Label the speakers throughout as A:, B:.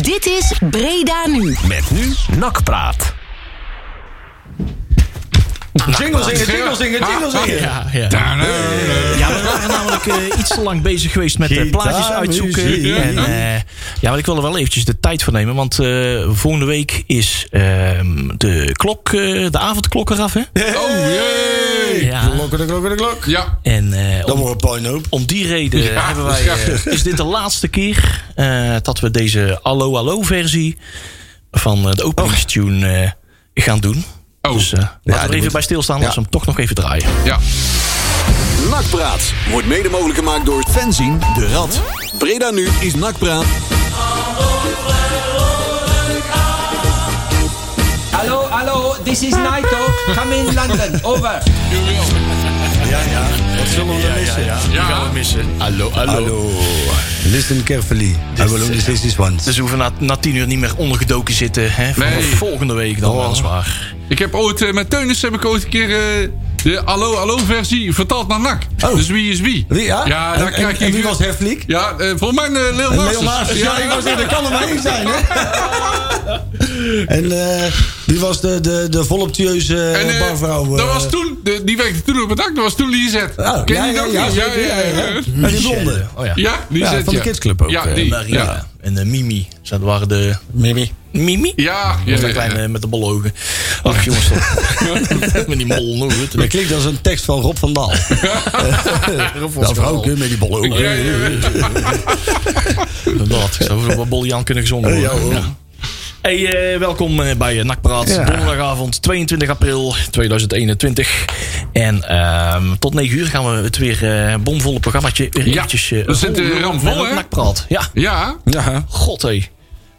A: Dit is Breda Nu.
B: Met nu Nakpraat.
C: Jingle zingen, jingle zingen, jingle
D: Ah,
C: zingen.
E: Ja, ja. ja we waren namelijk eh, iets te lang bezig geweest met eh, plaatjes uitzoeken.
C: Gitaarmuziek.
E: En, eh, ja, maar ik wil er wel eventjes de tijd voor nemen. Want eh, volgende week is ehm, de klok, eh, de avondklok eraf. Hè?
D: Oh, jee.
E: Ja.
C: Klokken, de klokken, de klok.
D: Ja.
E: En eh,
C: Dan
E: om,
C: wordt een puinhoop.
E: om die reden
D: Ja,
E: hebben wij,
D: ja.
E: eh, is dit de laatste keer eh, dat we deze Allo Allo versie van eh, de openingstune eh, gaan doen.
D: Oh,
E: Dus eh,
C: die
E: laten we er even
C: moet-
E: bij stilstaan als we hem toch nog even draaien.
D: ja.
F: Nakpraat wordt mede mogelijk gemaakt door Fenzin de Rad. Breda nu is Nakpraat.
G: Hello, hello, this is Naito. Come in London. Over.
C: Ja, ja. Wat zullen we dan missen?
D: Ja. gaan missen.
E: Hallo,
C: Hallo. Listen carefully. I will only say this once.
E: Dus we hoeven na, na tien uur niet meer ondergedoken zitten. Hè? Vanaf
D: Nee. Oh,
E: volgende week dan weliswaar.
D: Ik heb ooit eh, met Teunis heb ik ooit een keer eh, de Allo Allo versie vertaald naar NAC.
C: Oh.
D: Dus wie is wie?
C: Wie, ja?
D: Ja, daar
C: en,
D: krijg
C: en-
D: je...
C: en wie was Herfliek?
D: Ja, eh, volgens mij eh, Leel
C: Leo
D: Masters.
C: Maas. Ja, ik was zeggen, dat kan er maar één zijn, hè? En eh, die was de, de, de voluptueuze
D: En, eh,
C: eh, barvrouw. eh,
D: dat was toen, de- die werkte toen op het dak, dat was toen Lisette.
C: Oh,
D: Ken
C: ja,
D: je
C: ja,
D: dat?
C: ja,
D: nog?
C: zeker, ja, ja.
D: ja.
C: En die blonde.
E: Oh ja.
D: Ja,
C: Ja,
D: Lisette,
C: van de kidsclub ook,
D: Ja,
C: eh,
D: die.
E: Marina.
D: Ja,
E: En eh, Mimi. Dus Dat waren de...
C: Mimi.
E: Mimi?
D: ja.
E: Dat was
D: ja,
E: dat
D: ja.
E: kleine met de bolle ogen. Ach jongens, toch. met die mol nou, nog. hè.
C: Dat klinkt als een tekst van Rob van Daal. dat vrouwke met die bolle ogen.
D: Ja, ja, ja.
E: Inderdaad. Zou er wat boljan kunnen gezongen
C: Ja,
E: worden.
C: hoor.
E: Hey, eh, welkom eh, bij eh, Nakpraat. Donderdagavond 22 april 2021. En ehm, tot 9 uur gaan we het weer eh, bomvolle programmaatje weer
D: Ja,
E: eventjes... eh,
D: we zitten
E: volgen
D: ramvol,
E: met
D: hè?
E: Nakpraat, ja.
D: Ja,
C: Ja.
E: God, hé.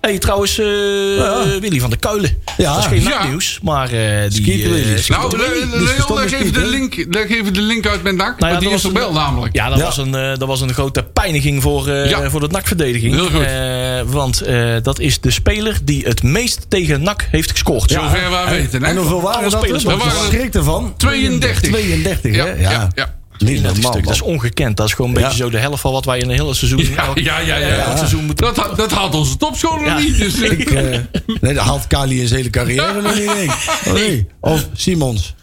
E: hey, trouwens, eh, eh, Willy van der Kuilen.
C: Ja.
E: Dat is geen
D: Ja.
E: nieuws, maar eh die...
C: Skeeter
E: eh,
C: Willy.
E: Skeeter
D: nou,
C: Willy,
D: Le-
C: die is
D: Leon,
C: verstandig
D: leg even,
C: niet,
D: de
C: hè?
D: link, leg even de link uit met NAC.
E: Nou ja,
D: want die
E: dat
D: is
E: was
D: gebeld
E: een-
D: namelijk.
E: Ja, dat,
C: Ja.
E: Was een, eh, dat was een grote pijniging voor, eh,
D: Ja.
E: voor de NAC-verdediging.
D: Heel goed.
E: want eh, dat is de speler die het meest tegen NAC heeft gescoord.
D: Zover we weten. hè?
C: En hoeveel waren dat?
E: spelers
C: er?
E: waren
C: Want je
D: er-
C: schrikt ervan.
D: 32.
C: 32,
D: Ja,
C: hè? Ja.
D: ja, ja.
C: Niet
E: Dat, is
C: normaal,
E: natuurlijk- dat is
C: man.
E: ongekend. Dat is gewoon een beetje
C: Ja.
E: zo de helft van wat wij in een hele seizoen...
D: Ja,
E: elk-
D: ja, ja, ja.
E: elk seizoen moeten...
D: Dat, ha- dat haalt onze topscholen
E: Ja.
D: niet. Dus, eh,
C: Ik, eh, nee, dat haalt Kali in zijn hele carrière nog niet in. Nee. Of Simons.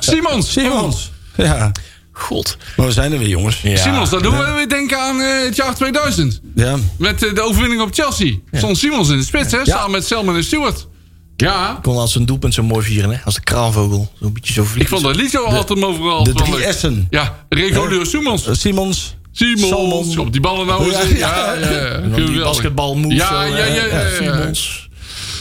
D: Simons.
C: Simons.
D: Oh.
C: Ja.
E: God.
C: Maar we zijn er weer, jongens.
E: Ja.
D: Simons, dat doen we weer denken aan eh, het jaar 2000.
C: Ja.
D: Met eh, de overwinning op Chelsea. Stond Simons in de spits, hè? Samen met Selman en Stewart. Ja,
E: Ik kon als een doelpunt zo mooi vieren, hè? Als de kraanvogel. Zo'n beetje zo vliegt.
D: ik vond dat lied zo altijd overal.
C: de
D: wel
C: drie Eh,
D: leuk.
C: S'en.
D: Ja, Regulio Simons.
C: Simons.
D: Simons.
C: Salmon.
D: Schop die ballen nou eens in. Ja, ja,
E: En dan die basketbalmoves.
D: eh, Ja,
E: zo,
D: ja,
E: eh,
D: ja, ja, ja.
E: Simons.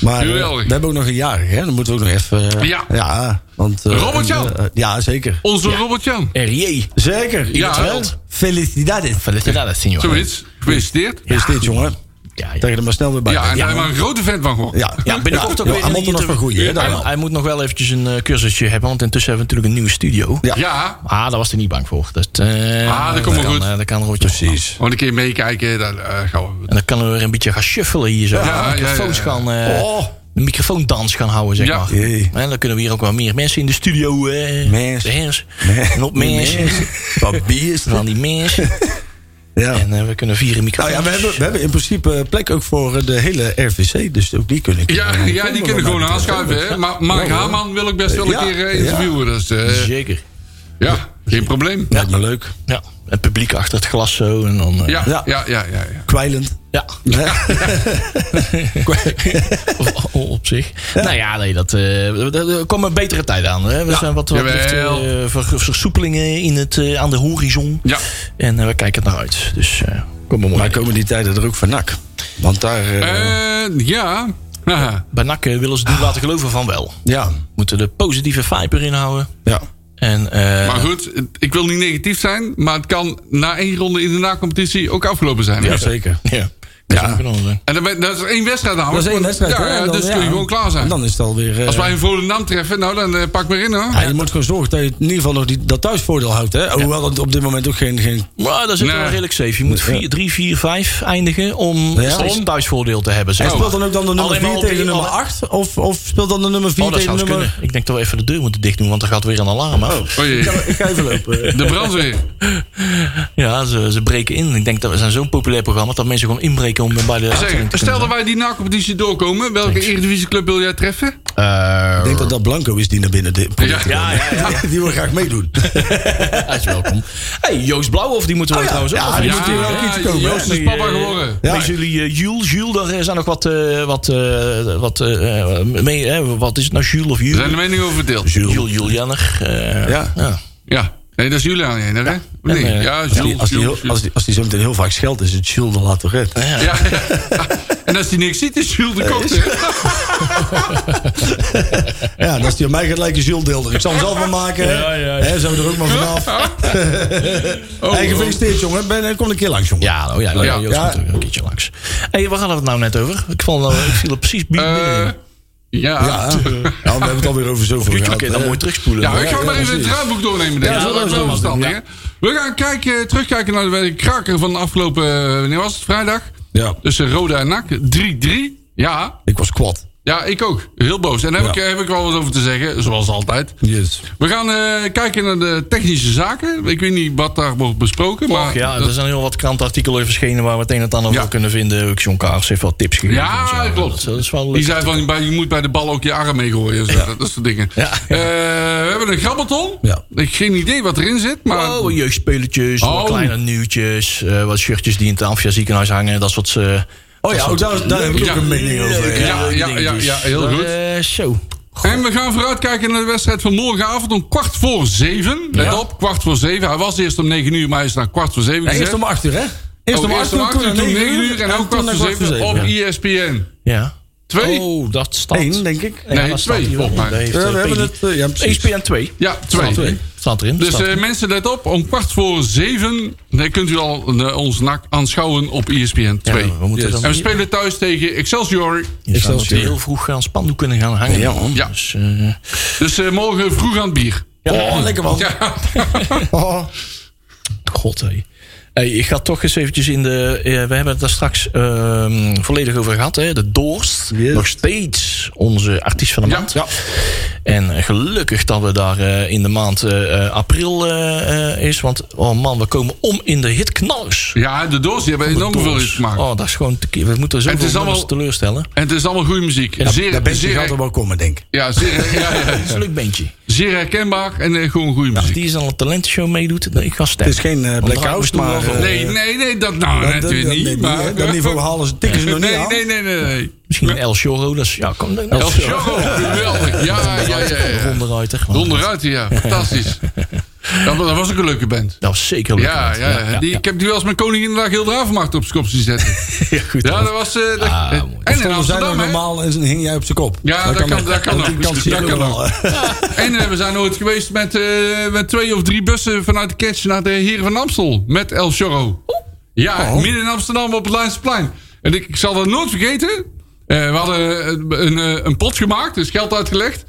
C: Maar eh,
D: Geweldig.
C: we hebben ook nog een jarige, hè? Dan moeten we ook nog even... eh,
D: Ja.
C: want, eh,
D: Robert Jan.
C: eh, ja, zeker.
D: Onze Robert-Jan.
E: R.J.
C: Zeker.
D: Ja,
E: Veld.
C: Felicitades.
E: Felicidades, senor.
D: Zoiets. Gefeliciteerd.
C: Is dit, jongen?
E: Ja, ja.
C: Tegen er maar snel weer bij.
D: Ja, en daar hebben we een grote vent van geworden.
C: Ja,
E: Ja, binnenkort ook
C: Ja,
E: weer
C: hij
E: een
C: moet er nog
E: inter-
C: van groeien, hè, daar
E: Hij,
C: wel.
E: hij moet nog wel eventjes een eh, cursusje hebben, want intussen hebben we natuurlijk een nieuwe studio.
C: Ja.
D: Ja,
E: Ah, daar was hij niet bang voor. Dat, eh,
D: Ah, dat komt wel
E: kan,
D: goed.
E: eh, dat kan Robert Jan.
C: Precies.
D: gewoon een keer meekijken. Dan eh, gaan we...
E: En dan kunnen we weer een beetje gaan shuffelen hier zo.
D: ja,
E: microfoons
D: ja.
E: gaan... eh,
C: Oh.
E: De microfoondans gaan houden, zeg
D: Ja.
E: maar.
C: Jee.
E: En dan kunnen we hier ook wel meer mensen in de studio... eh
C: Mens.
E: de hers. En op mensen.
C: Wat bier is
E: Van die mensen.
C: Ja.
E: En eh, we kunnen vier
C: Nou
E: microfoons.
C: ja, we hebben, we hebben in principe plek ook voor eh, de hele RVC. Dus ook die kunnen
D: Ja, ja, die kunnen gewoon aanschuiven. Hè? Maar Mark Haman wil ik best wel een
C: Ja,
D: keer eh, interviewen. Dus, eh,
E: Zeker.
D: ja, geen probleem.
C: Lijkt me leuk.
E: Ja. Het publiek achter het glas zo. En dan, eh,
D: Ja, ja,
C: Ja.
D: ja, ja. ja.
C: Kwijlend.
E: ja. Of- o- op zich. Nou ja, nee, dat, eh, dat- dat- er komen betere tijden aan. Hè? We zijn wat, wat betreft,
D: Jawel.
E: eh, ver- versoepelingen in het, eh, aan de horizon.
D: Ja.
E: En eh, we kijken het naar uit. Dus eh, kom maar mooi.
C: Maar komen die tijden er ook van nak? Want daar... eh,
D: Eh, ja. Haha.
E: Bij NAC eh, willen ze het niet laten geloven van wel.
C: Ah. ja.
E: Moeten de positieve vibe erin houden.
C: Ja.
E: En, eh,
D: Maar goed, het- ik wil niet negatief zijn, maar het kan na één ronde in de na-competitie ook afgelopen zijn.
C: Ja, zeker.
E: ja, dat zou kunnen zijn.
D: En dan ben- dat is één wedstrijd namelijk.
C: Dat is één
D: want-
C: wedstrijd. hoor.
D: Ja,
C: En
D: ja,
C: dan-
D: dus
C: ja,
D: kun je gewoon klaar zijn.
C: Dan is het alweer... eh,
D: Als wij een Volendam treffen, nou dan eh, pak maar in hoor.
C: ja, je moet gewoon zorgen dat je in ieder geval nog die, dat thuisvoordeel houdt. Hè? Hoewel dat op dit moment ook geen... geen
E: Maar daar zit
D: Nee.
E: wel redelijk safe. Je moet 3, 4, 5 eindigen om
C: Ja.
E: steeds een thuisvoordeel te hebben. Zeg.
C: en speelt dan ook dan de nummer
E: Alleen maar
C: 4
E: op
C: tegen
E: die-
C: nummer
E: alle-
C: 8? Of, of speelt dan de nummer 4
E: Oh, dat
C: tegen
E: zou eens
C: nummer...
E: kunnen. Ik denk dat we even de deur moeten dicht doen, want er gaat weer een alarm af.
D: Oh jee,
C: Ik ga even lopen.
D: de brandweer.
E: Ja, ze, ze breken in. Ik denk dat we zijn zo'n populair programma dat mensen gewoon inbreken om bij de
D: Zeg,
E: uitzending te
D: stel dat
E: kunnen
D: wij die NAC-competitie doorkomen. Welke Eredivisieclub wil jij treffen?
E: zijn.
C: Ik denk dat dat Blanco is die naar binnen dit.
D: Ja.
E: Ja, ja, ja.
C: Die wil graag meedoen.
E: Hij is welkom. hey, Joost Blauwhof, die
D: Oh
E: moeten we trouwens ook nog
C: die
E: even
C: moet hier
E: doen.
C: wel ook iets komen.
D: Joost is
E: Die,
D: papa
E: eh,
D: geworden.
E: Bij jullie eh, Jules, Jules, daar eh, zijn nog wat, eh, wat, eh, wat, eh, eh, mee, eh, wat is het nou, Jules of
D: Er zijn de
E: Jules?
D: meningen over verdeeld.
E: Jules, Julianer. eh,
C: Ja.
E: ja.
D: Ja. Nee, dat is Julian Jenner, hè? Of niet?
E: eh,
D: Ja,
C: Als die,
D: Jules,
C: als, die heel,
D: Jules,
C: als, die, als die zo meteen heel vaak scheldt, is het Jules de Lato Red.
D: Jules. Ja, ja. En als hij niks ziet, is Jules de kok, hè?
C: Ja, en als die aan mij gaat lijken, Jules Deelder. Ik zal hem zelf maar maken.
E: Ja, ja, ja.
C: Hè, zijn we er ook maar vanaf.
D: Oh,
C: hey, gefeliciteerd, jongen. Ben, eh, kom een keer langs, jongen.
E: Ja, nou ja, ja,
D: Ja.
E: Joost
C: Ja.
E: komt er een keertje langs. hey, waar hadden we het nou net over? Ik, val, nou- ik viel er precies binnen.
D: eh, ja.
C: Ja, ja, we hebben het alweer over zoveel
E: YouTube
C: gehad.
E: kun je dan
C: hè.
E: mooi terugspoelen.
D: Ja, ik
E: Maar-
D: ga maar even het
C: precies.
D: draaiboek doornemen. denk ik.
E: Ja,
D: dat
E: dat
D: is
E: is
D: wel
E: wel
D: verstandig.
E: goed,
D: hè? We gaan kijken, terugkijken naar de kraker van de afgelopen... eh, Wanneer was het? Vrijdag?
C: Ja,
D: Tussen Roda en NAC. 3-3. Ja.
C: ik was kwad.
D: Ja, ik ook. Heel boos. En daar heb,
C: Ja.
D: ik, heb ik wel wat over te zeggen, zoals altijd.
C: Yes.
D: We gaan eh, kijken naar de technische zaken. Ik weet niet wat daar wordt besproken, maar...
E: Ach ja,
D: dat-
E: er zijn heel wat krantartikelen verschenen waar we het een en het ander
D: Ja.
E: wel kunnen vinden. Ook John Kaars heeft wat tips gegeven.
D: Ja,
E: en zo.
D: klopt.
E: Dat is wel leuk.
D: die zei van, bij- je moet bij de bal ook je arm mee gooien. Zo, dat, dat soort dingen.
E: Ja.
D: Eh, we hebben een grabbelton.
C: Ja.
D: Ik heb geen idee wat erin zit, maar...
E: Oh, jeugdspelletjes,
D: Oh.
E: wat kleine nieuwtjes, eh, wat shirtjes die in het Amphia ziekenhuis hangen, dat soort... eh,
C: Oh ja, ook daar, daar heb ik
D: Ja.
C: ook een mening over.
D: Ja.
E: dingetjes.
D: ja, heel
E: Dat,
D: goed.
E: eh, zo.
D: En we gaan vooruitkijken naar de wedstrijd van morgenavond om kwart voor zeven. Let op, kwart voor zeven. Hij was eerst om negen uur, maar hij is naar kwart voor zeven gezet.
C: Eerst om acht uur, hè? Eerst
D: Oh,
C: om acht uur, toen om
D: toen
C: negen
D: negen uur en ook
C: toen
D: kwart
C: naar
D: voor zeven op ESPN.
E: Ja.
D: Twee?
E: Oh, dat staat...
C: Eén, denk ik.
E: Ja,
D: Nee,
E: dat staat
D: twee,
E: hier wel.
D: volgens mij.
E: Daar heeft,
C: Ja,
E: eh,
C: we hebben
E: Peggy-
C: het... eh, Ja, precies.
E: ESPN 2.
D: Ja, twee.
E: Staat erin. Staat erin.
D: Dus
E: staat
D: eh,
E: erin.
D: mensen, let op. Om kwart voor zeven nee, kunt u al eh, ons nak aanschouwen op E ESPN 2.
E: we moeten dan
D: en we
E: hier-
D: spelen thuis tegen Excelsior.
E: ik zou
C: Excelsior.
E: heel vroeg gaan spandoek kunnen gaan hangen.
C: Ja, man.
D: Ja.
E: Dus, eh,
D: Dus eh, morgen vroeg aan het bier.
C: Oh, lekker man.
D: Ja,
C: Oh.
E: God, hé. Hey, ik ga toch eens eventjes in de... eh, we hebben het daar straks ehm, volledig over gehad. Hè? De Doorst.
C: Yes.
E: Nog steeds onze artiest van de
D: Ja,
E: maand.
C: ja.
E: En eh, gelukkig dat we daar eh, in de maand eh, eh, april eh, eh, is. Want, oh man, we komen om in de hitknallers.
D: ja de doos die hebben enorm
E: Doors.
D: veel iets gemaakt.
E: Oh, dat is gewoon... te keer. We moeten
D: het is
E: zoveel nummers
D: allemaal-
E: teleurstellen.
D: En het is allemaal goede muziek. zeer,
C: Daar ben je
D: zeer,
C: gaat er wel komen, denk ik.
D: ja, zeer, ja, ja,
E: Het is een leuk bandje.
D: zeer herkenbaar en eh, gewoon goede
E: Als
D: muziek.
E: die eens aan een talentenshow meedoet, dan ik ga
C: Het
E: stemmen.
C: is geen eh,
E: Dan
C: Black
E: draai ik
C: House,
E: mijn
C: maar...
E: stoel af.
C: eh,
D: Nee, nee, nee, dat nou
C: dat-
D: net
C: dat-
D: weer
C: dat-
D: niet.
C: nee,
D: maar,
C: hè. Dat niveau halen ze, tikken ze nog niet
D: nee,
C: aan.
D: nee, nee, nee, nee.
E: Misschien El Choro. Dat is, ja, kom, El,
D: El Choro, geweldig. Ja, ja, ja. ja.
E: Ronderuiter. want-
D: Donderuit, ja. Fantastisch. Ja, maar dat was ook een leuke band.
E: Dat was zeker leuk.
D: Ja, ja, die, ik heb die wel eens met Koninginnedag heel de havenmarkt op zijn kop zien zetten.
E: Ja, goed.
D: Ja, dat was... eh, dat-
E: Ah, mooi.
D: en in
C: Stonden zij nou
D: Amsterdam, hè.
C: normaal en hing jij op zijn kop?
D: Ja, dat kan, dat kan
C: aan die
D: ook.
C: kant zie je
D: Dat kan
C: ook wel,
D: ook.
C: hè.
D: En eh, we zijn ooit geweest met, eh, met twee of drie bussen vanuit de catch naar de Heren van Amstel. Met El Chorro. Ja,
C: Oh.
D: midden in Amsterdam op het Leidseplein. En ik, ik zal dat nooit vergeten. Eh, we hadden eh, een, eh, een pot gemaakt, dus geld uitgelegd.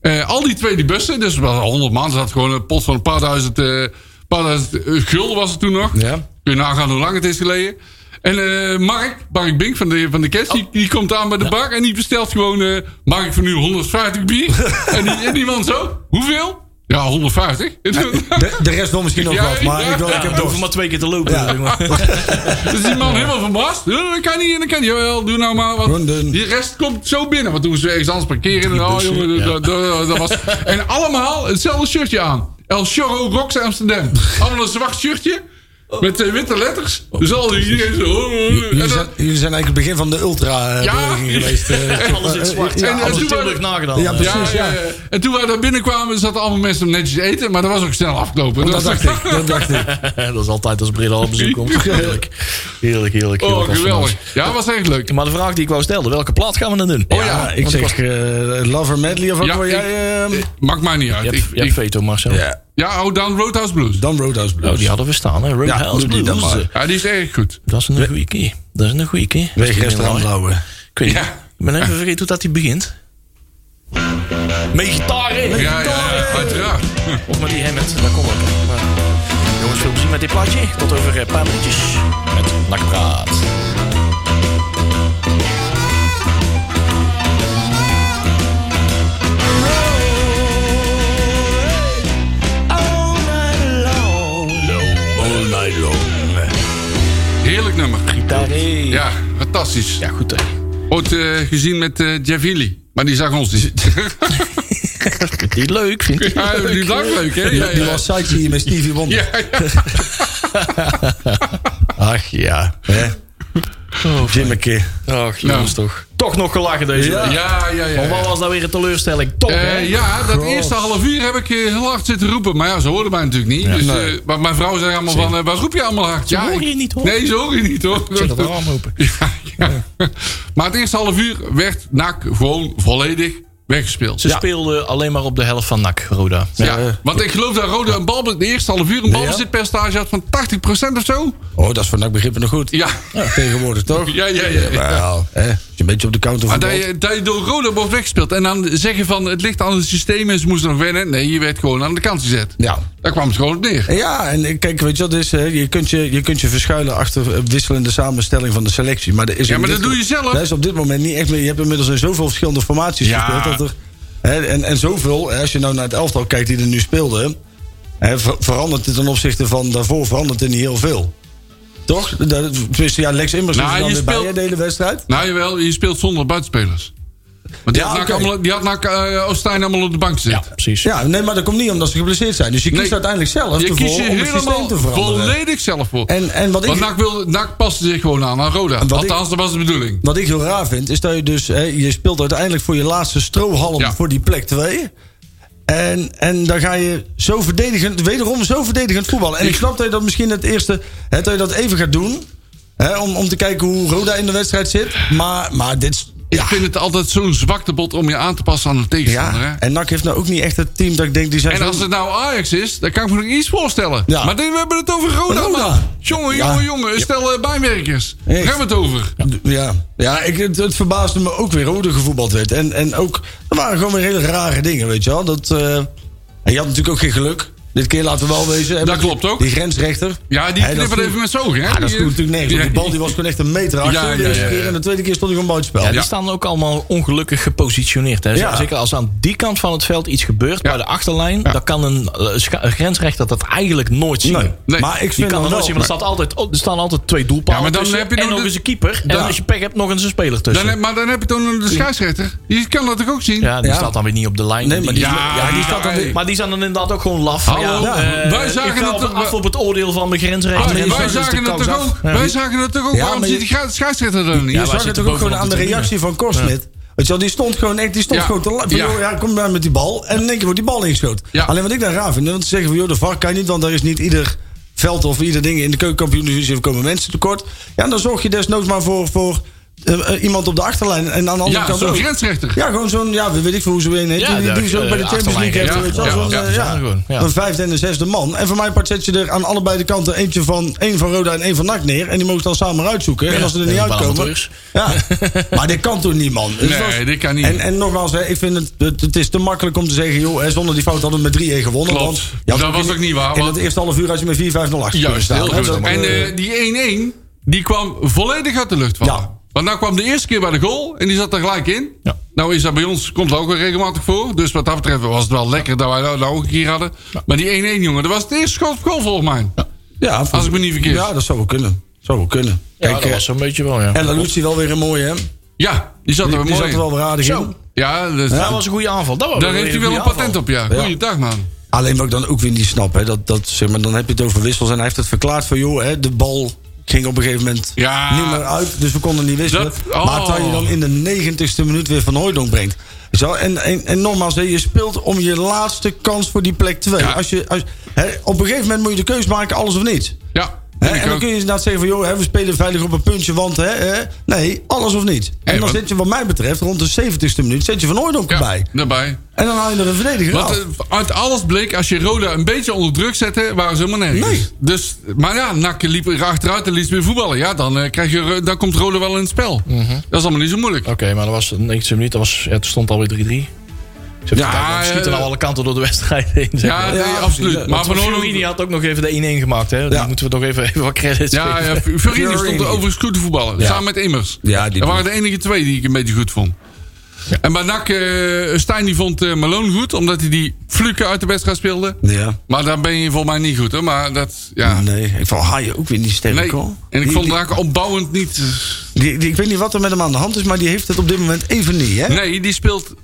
D: Eh, al die twee die bussen, dus wel 100 man. Er zat gewoon een pot van een paar duizend, eh, paar duizend eh, gulden was het toen nog.
C: Ja.
D: Kun je nagaan hoe lang het is geleden. En eh, Mark, Mark Bink van de, van de Cats, die, die komt aan bij de bar en die bestelt gewoon... eh, mag ik voor nu 150 bier? en, die, en die man zo, hoeveel? Ja, 150.
C: De, de rest wil misschien nog
D: Ja,
C: wat, maar ik, wil, ik heb
E: Ik hoef
C: dorst.
E: maar twee keer te lopen.
C: Ja.
E: jongen.
D: dus die man helemaal verbaasd. Ja, Dat kan niet, dat kan niet. Jawel, doe nou maar. Want
C: Rundun.
D: die rest komt zo binnen. Want toen ze ergens anders parkeren. En, oh,
E: bussen,
D: jongen,
E: ja.
D: dat, dat- dat was... en allemaal hetzelfde shirtje aan. El Chorro Rocks Amsterdam. Allemaal een zwart shirtje. Met eh, witte letters. Dus al die iedereen zo... oh, oh, oh. En
C: Jullie
D: dan-
C: zijn, jullie zijn eigenlijk het begin van de ultra-beweging
D: Ja.
C: geweest. eh.
E: Alles in het zwart.
D: Ja,
E: Ja, alles
D: toen
E: in Tilburg
D: waren-
E: nagedaan.
C: Ja,
E: eh.
C: precies.
D: ja, ja, ja. En toen wij daar binnenkwamen, zaten allemaal mensen om netjes te eten. Maar dat was ook snel afgelopen.
C: Dat dacht ik, dat dacht ik.
E: dat is altijd als Brilla op bezoek komt. Heerlijk. Heerlijk, heerlijk.
D: Oh,
E: heerlijk als
D: geweldig.
E: vanouds.
D: Ja, was echt leuk.
E: Maar de vraag die ik wou stellen, welke plaat gaan we dan doen?
D: ja,
C: Oh, Ja, ik zeg eh, Lover Medley of wat
D: Ja,
C: wil
D: ik-
C: jij? ehm,
D: Eh, Maakt mij niet uit.
E: Je
D: Ik,
E: hebt, je hebt
D: ik-
E: veto, Marcel.
C: Ja,
D: ja, oh, dan Roadhouse Blues.
C: dan Roadhouse Blues.
E: Oh, die hadden we staan, hè? Roadhouse
C: doe die dan
E: Blues.
C: maar.
D: Ja, die is erg goed.
E: Dat is een goede keer. Dat is een goede keer.
C: Weg restaurant houden.
E: Ik weet niet.
D: Ja.
E: Ik ben even vergeten hoe dat die begint. Met gitaren.
D: Ja, ja, ja, uiteraard.
E: Of met die Hammond, daar komt het. Maar, jongens, veel plezier met dit plaatje. Tot over een paar minuutjes met Nakpraat.
D: Heerlijk nummer.
E: Gitaren.
D: Ja, Fantastisch.
E: Ja, goed hè.
D: Ooit eh, gezien met eh Javili. Maar die zag ons niet.
E: Vindt hij leuk, vindt hij
D: ja, die zag leuk, hè? Ja,
C: Die
D: ja.
C: was sightseeing met Stevie Wonder.
D: Ja, ja.
E: Ach ja.
C: Hè? Jim McKee.
E: Oh, Ach, jongens toch. Toch nog gelachen deze
D: Nou, Ja,
E: week.
D: ja, ja, ja.
E: Maar wat was dat weer een teleurstelling? Toch, hè?
D: Eh, ja, dat eerste half uur heb ik eh, heel hard zitten roepen. Maar ja, ze hoorden mij natuurlijk niet. dus, eh, maar mijn vrouw zei allemaal van, eh, wat roep je allemaal hard? ja,
E: horen
D: ik-
E: je niet, hoor.
D: Nee, ze horen je niet hoor.
E: Ik zet dat raam open.
D: Ja, ja. Maar het eerste half uur werd NAC gewoon volledig weggespeeld.
E: Ze speelden alleen maar op de helft van NAC, Roda.
D: Ja, want ik geloof dat Roda een bal, de eerste half uur een balbezitpercentage had van 80% of zo.
C: Oh, dat is voor NAC begrippen nog goed.
D: Ja,
C: Ja, tegenwoordig toch?
D: ja, Ah, ja. ja, ja.
C: Nou, hè? Als je een beetje op de counter
D: Maar dat
C: voetbalt.
D: je, dat je door Roda wordt weggespeeld. En dan zeggen van het ligt aan het systeem en ze moesten nog wennen. Nee, je werd gewoon aan de kant gezet.
C: Ja.
D: Daar kwam het gewoon op neer.
C: Ja, en kijk, weet je wat het is? Hè? Je, kunt je, je kunt je verschuilen achter eh, wisselende samenstelling van de selectie. Maar er is
D: Ja,
C: op
D: maar
C: dit
D: dat doe je
C: moment-
D: zelf.
C: Dat is op dit moment niet echt meer. Je hebt inmiddels in zoveel verschillende formaties
D: Ja.
C: gespeeld. Dat er, hè, en, en zoveel, hè, als je nou naar het elftal kijkt die er nu speelde... Hè, ver- verandert het ten opzichte van daarvoor verandert er niet heel veel. Toch? Dat, tenminste, ja, Lex Immers
D: Nou,
C: is er dan
D: je
C: weer bij
D: speelt-
C: hè, de hele wedstrijd.
D: Nou jawel, je speelt zonder buitenspelers. Want die
C: Ja,
D: had NAC
C: oké.
D: allemaal- die had NAC eh, Oostein allemaal op de bank
E: Ja,
D: gezet.
E: precies.
C: Ja, nee, maar dat komt niet omdat ze geblesseerd zijn. Dus je kiest
D: Nee.
C: uiteindelijk zelf
D: Je
C: ervoor
D: kiest je
C: om het systeem
D: helemaal
C: te veranderen.
D: volledig zelf voor.
C: En, en wat ik...
D: Want nou NAC, wil, NAC paste zich gewoon aan aan Roda.
C: wat
D: Althans, dat was de bedoeling.
C: Wat ik heel raar vind, is dat je dus... Hè, je speelt uiteindelijk voor je laatste strohalm
D: Ja.
C: voor die plek 2. En, en dan ga je zo verdedigend, wederom zo verdedigend voetballen. En ik snap dat je dat misschien het eerste... Hè, dat je dat even gaat doen. Hè, om, om te kijken hoe Roda in de wedstrijd zit. Maar, maar dit... is-
D: Ik vind het altijd zo'n zwakte bot om je aan te passen aan de tegenstander. hè.
C: Ja, en NAC heeft nou ook niet echt het team dat ik denk... Die zijn
D: En
C: zo-
D: als het nou Ajax is, dan kan ik me nog iets voorstellen.
C: Ja.
D: Maar dit, we hebben het over Roda,
C: Roda.
D: man. Jongen,
C: Ja.
D: jongen, jongen. Stel eh, bijwerkers. Daar
C: Echt.
D: hebben we het over.
C: Ja, ja ik, het, het verbaasde me ook weer hoe er gevoetbald werd. En, en ook, er waren gewoon weer hele rare dingen, weet je wel. Dat, eh, en je had natuurlijk ook geen geluk. Dit keer laten we wel wezen. hè,
D: Dat
C: met die-
D: klopt ook.
C: Die grensrechter.
D: Ja, die
C: Hè, dat
D: knippen
C: sloeg-
D: even met zo'n ogen, hè?
C: Ja, dat
D: Die,
C: stond natuurlijk nergens. want
D: Ja.
C: Die bal die was gewoon echt een meter achter.
D: Ja,
C: de
D: ja,
C: eerste
D: ja, ja.
C: keer en de tweede keer stond hij gewoon buitenspel.
E: Ja, die
C: Ja,
E: staan ook allemaal ongelukkig gepositioneerd. Hè.
C: Ja.
E: Zeker als aan die kant van het veld iets gebeurt, bij de achterlijn, dan kan een eh, scha- een grensrechter dat eigenlijk nooit zien.
C: nee.
D: Nee.
C: Maar ik
E: Je
C: vind
E: kan
C: dan
E: dat nooit zien,
C: wel...
E: want er, staat altijd, oh, er staan altijd twee doelpalen
D: Ja, maar dan
E: tussen
D: heb je
E: en
D: nog
E: nog
D: de-
E: eens een keeper. En
D: Ja.
E: als je pech hebt, nog eens een speler
D: Dan
E: tussen.
D: heb, maar dan heb je toch de scheidsrechter. Die kan dat toch ook zien?
E: ja, die
C: Ja.
E: staat dan weer niet op de lijn.
C: Nee, maar die,
D: Ja,
C: ja, die staat dan
D: hey.
C: weer...
E: Maar die zijn dan inderdaad ook gewoon laf.
D: Hallo,
E: ja,
D: ja.
E: eh,
D: wij
E: ik
D: zagen
E: ga
D: het
E: op,
D: toch-
E: af op het oordeel van de grensrechter.
D: wij,
E: En
D: wij
E: zo is de
D: zagen het
E: kous
D: toch
E: af.
D: ook?
E: Ja.
D: Wij zagen het toch ook?
C: Ja,
D: Waarom
C: maar
D: ziet
C: je-
D: die gra- scheidsrechter er niet?
E: Ja,
C: Je
E: wij
C: zag het
E: zitten
C: toch
E: bovenop
C: ook gewoon aan
E: de
C: de
E: tribune.
C: reactie van Korsmit. Weet je wel, die stond gewoon echt, die stond
D: Ja.
C: gewoon te lachen.
D: Ja.
C: Ja. ja, kom daar met die bal. En in één keer wordt die bal ingeschoten.
D: Ja.
C: Alleen wat ik daar raar vind, want ze zeggen van, joh, de VAR kan niet, want daar is niet ieder veld of ieder ding in de keukenkampioen-divisie komen mensen tekort. Ja, dan zorg je desnoods maar voor, voor eh, eh, iemand op de achterlijn en aan de andere
D: Ja,
C: kant
D: zo'n
C: ook.
D: grensrechter.
C: Ja, gewoon zo'n, ja, weet ik veel hoe ze weer heet.
E: Ja,
C: die, die,
E: de-
C: die ze ook bij de
E: de
C: Champions League
E: achterlijn,
C: heeft. weet je
D: ja.
C: wel, zo'n,
D: Ja,
C: eh,
E: die zijn er gewoon, ja.
C: Een vijfde en een zesde man. En voor mij part zet je er aan allebei de kanten eentje van, één van Roda en één van NAC neer. En die mogen dan samen uitzoeken. en
E: Ja,
C: als ze er niet
E: en een paar
C: uitkomen...
E: amateurs.
C: Ja, maar dit kan toch niet, man? Dus
D: Nee,
C: dat-
D: dit kan niet.
C: En, en nogmaals, hè, ik vind het, het, het is te makkelijk om te zeggen... joh, hè, zonder die fout hadden we met 3-1 gewonnen.
D: Klopt. Dus
C: Want, je
D: Dat
C: had
D: was
C: in-
D: ook niet waar,
C: In
D: want-
C: het eerste half uur had je met 4-5-0 achter kunnen
D: Juist,
C: staan.
D: heel
C: hè.
D: goed.
C: Dat-
D: En
C: eh,
D: eh, die 1-1, die kwam volledig uit de lucht vallen.
C: Ja.
D: Want nou kwam de eerste keer bij de goal en die zat er gelijk in.
E: Ja.
D: Nou is dat bij ons, komt dat ook wel regelmatig voor. Dus wat dat betreft was het wel lekker dat wij dat nou ook een keer hadden. Maar die 1-1, jongen, dat was het eerste schot op goal volgens mij.
C: ja,
D: als ik me niet vergis.
C: Ja, dat zou wel kunnen. Zou wel kunnen.
E: Ja,
C: Kijk,
E: dat
C: eh,
E: was zo'n beetje wel, ja.
C: en Lalucci wel weer een mooie, hè?
D: Ja, die zat er
C: Die,
D: wel
C: die
D: mooi
C: zat er
D: in.
C: wel weer aardig in.
D: Ja, dus,
C: eh,
E: Dat was een goede aanval. Dat was
D: daar
E: weer
D: heeft hij wel een
E: goede aanval.
D: patent op, ja.
C: Ja.
D: Goeiedag, man.
C: Alleen wat ik dan ook weer niet snap, hè, dat, dat, zeg maar, dan heb je het over wissels. En hij heeft het verklaard van, joh, hè, de bal ging op een gegeven moment
D: Ja.
C: niet meer uit. Dus we konden niet wisselen.
D: Dat- oh.
C: Maar dat je dan in de negentigste minuut weer Van Hooydonk brengt. Zo, en, en, en nogmaals, hè, je speelt om je laatste kans voor die plek 2.
D: Ja.
C: Als je, als, hè, op een gegeven moment moet je de keus maken, alles of niets.
D: Ja,
C: Hè,
D: vind ik
C: en dan
D: ook.
C: kun je inderdaad zeggen van, joh, hè, we spelen veilig op een puntje, want hè, hè, nee, alles of niet. En
D: Hey,
C: dan
D: want-
C: zit je wat mij betreft rond de zeventigste minuut, zet je Van Hooydonk
D: ja,
C: erbij.
D: daarbij.
C: En dan haal je er een verdediger
D: Want
C: af.
D: eh, uit alles bleek, als je Roda een beetje onder druk zette, waren ze helemaal nergens.
C: Nee.
D: Dus, maar ja, Nak liep er achteruit en liet weer voetballen. Ja, dan, eh, krijg je, Ro- dan komt Roda wel in het spel. Dat is allemaal niet zo moeilijk.
E: Oké, maar dat was de 90 minuut. Dat was, ja, het stond alweer 3-3. Ze
D: Ja,
E: ja, schieten
D: eh,
E: aan alle kanten door de wedstrijd heen. zeg
D: Ja,
E: maar.
D: nee,
C: Ja,
D: absoluut.
C: ja,
D: maar Van
E: Want Fiorini
D: Hooydonk...
E: had ook nog even de 1-1 gemaakt. Hè? Die
C: Ja.
E: moeten we toch even, even wat credits
D: Ja,
E: geven.
D: ja, F- Fiorini stond er
C: Fiorini.
D: overigens goed te voetballen. Samen met Immers.
C: Ja, die
D: dat waren de enige twee die ik een beetje goed vond. En bij NAC, eh, Stijn die vond eh, Malone goed, omdat hij die fluke uit de wedstrijd speelde.
C: Ja.
D: Maar daar ben je volgens mij niet goed, hoor. Maar dat, ja.
C: Nee, ik vond Haaien ook weer niet sterk
D: Nee.
C: hoor.
D: En ik
C: Die-
D: vond
C: die-
D: NAC opbouwend niet...
C: die- die- Ik weet niet wat er met hem aan de hand is, maar die heeft het op dit moment even niet. Hè?
D: Nee, die speelt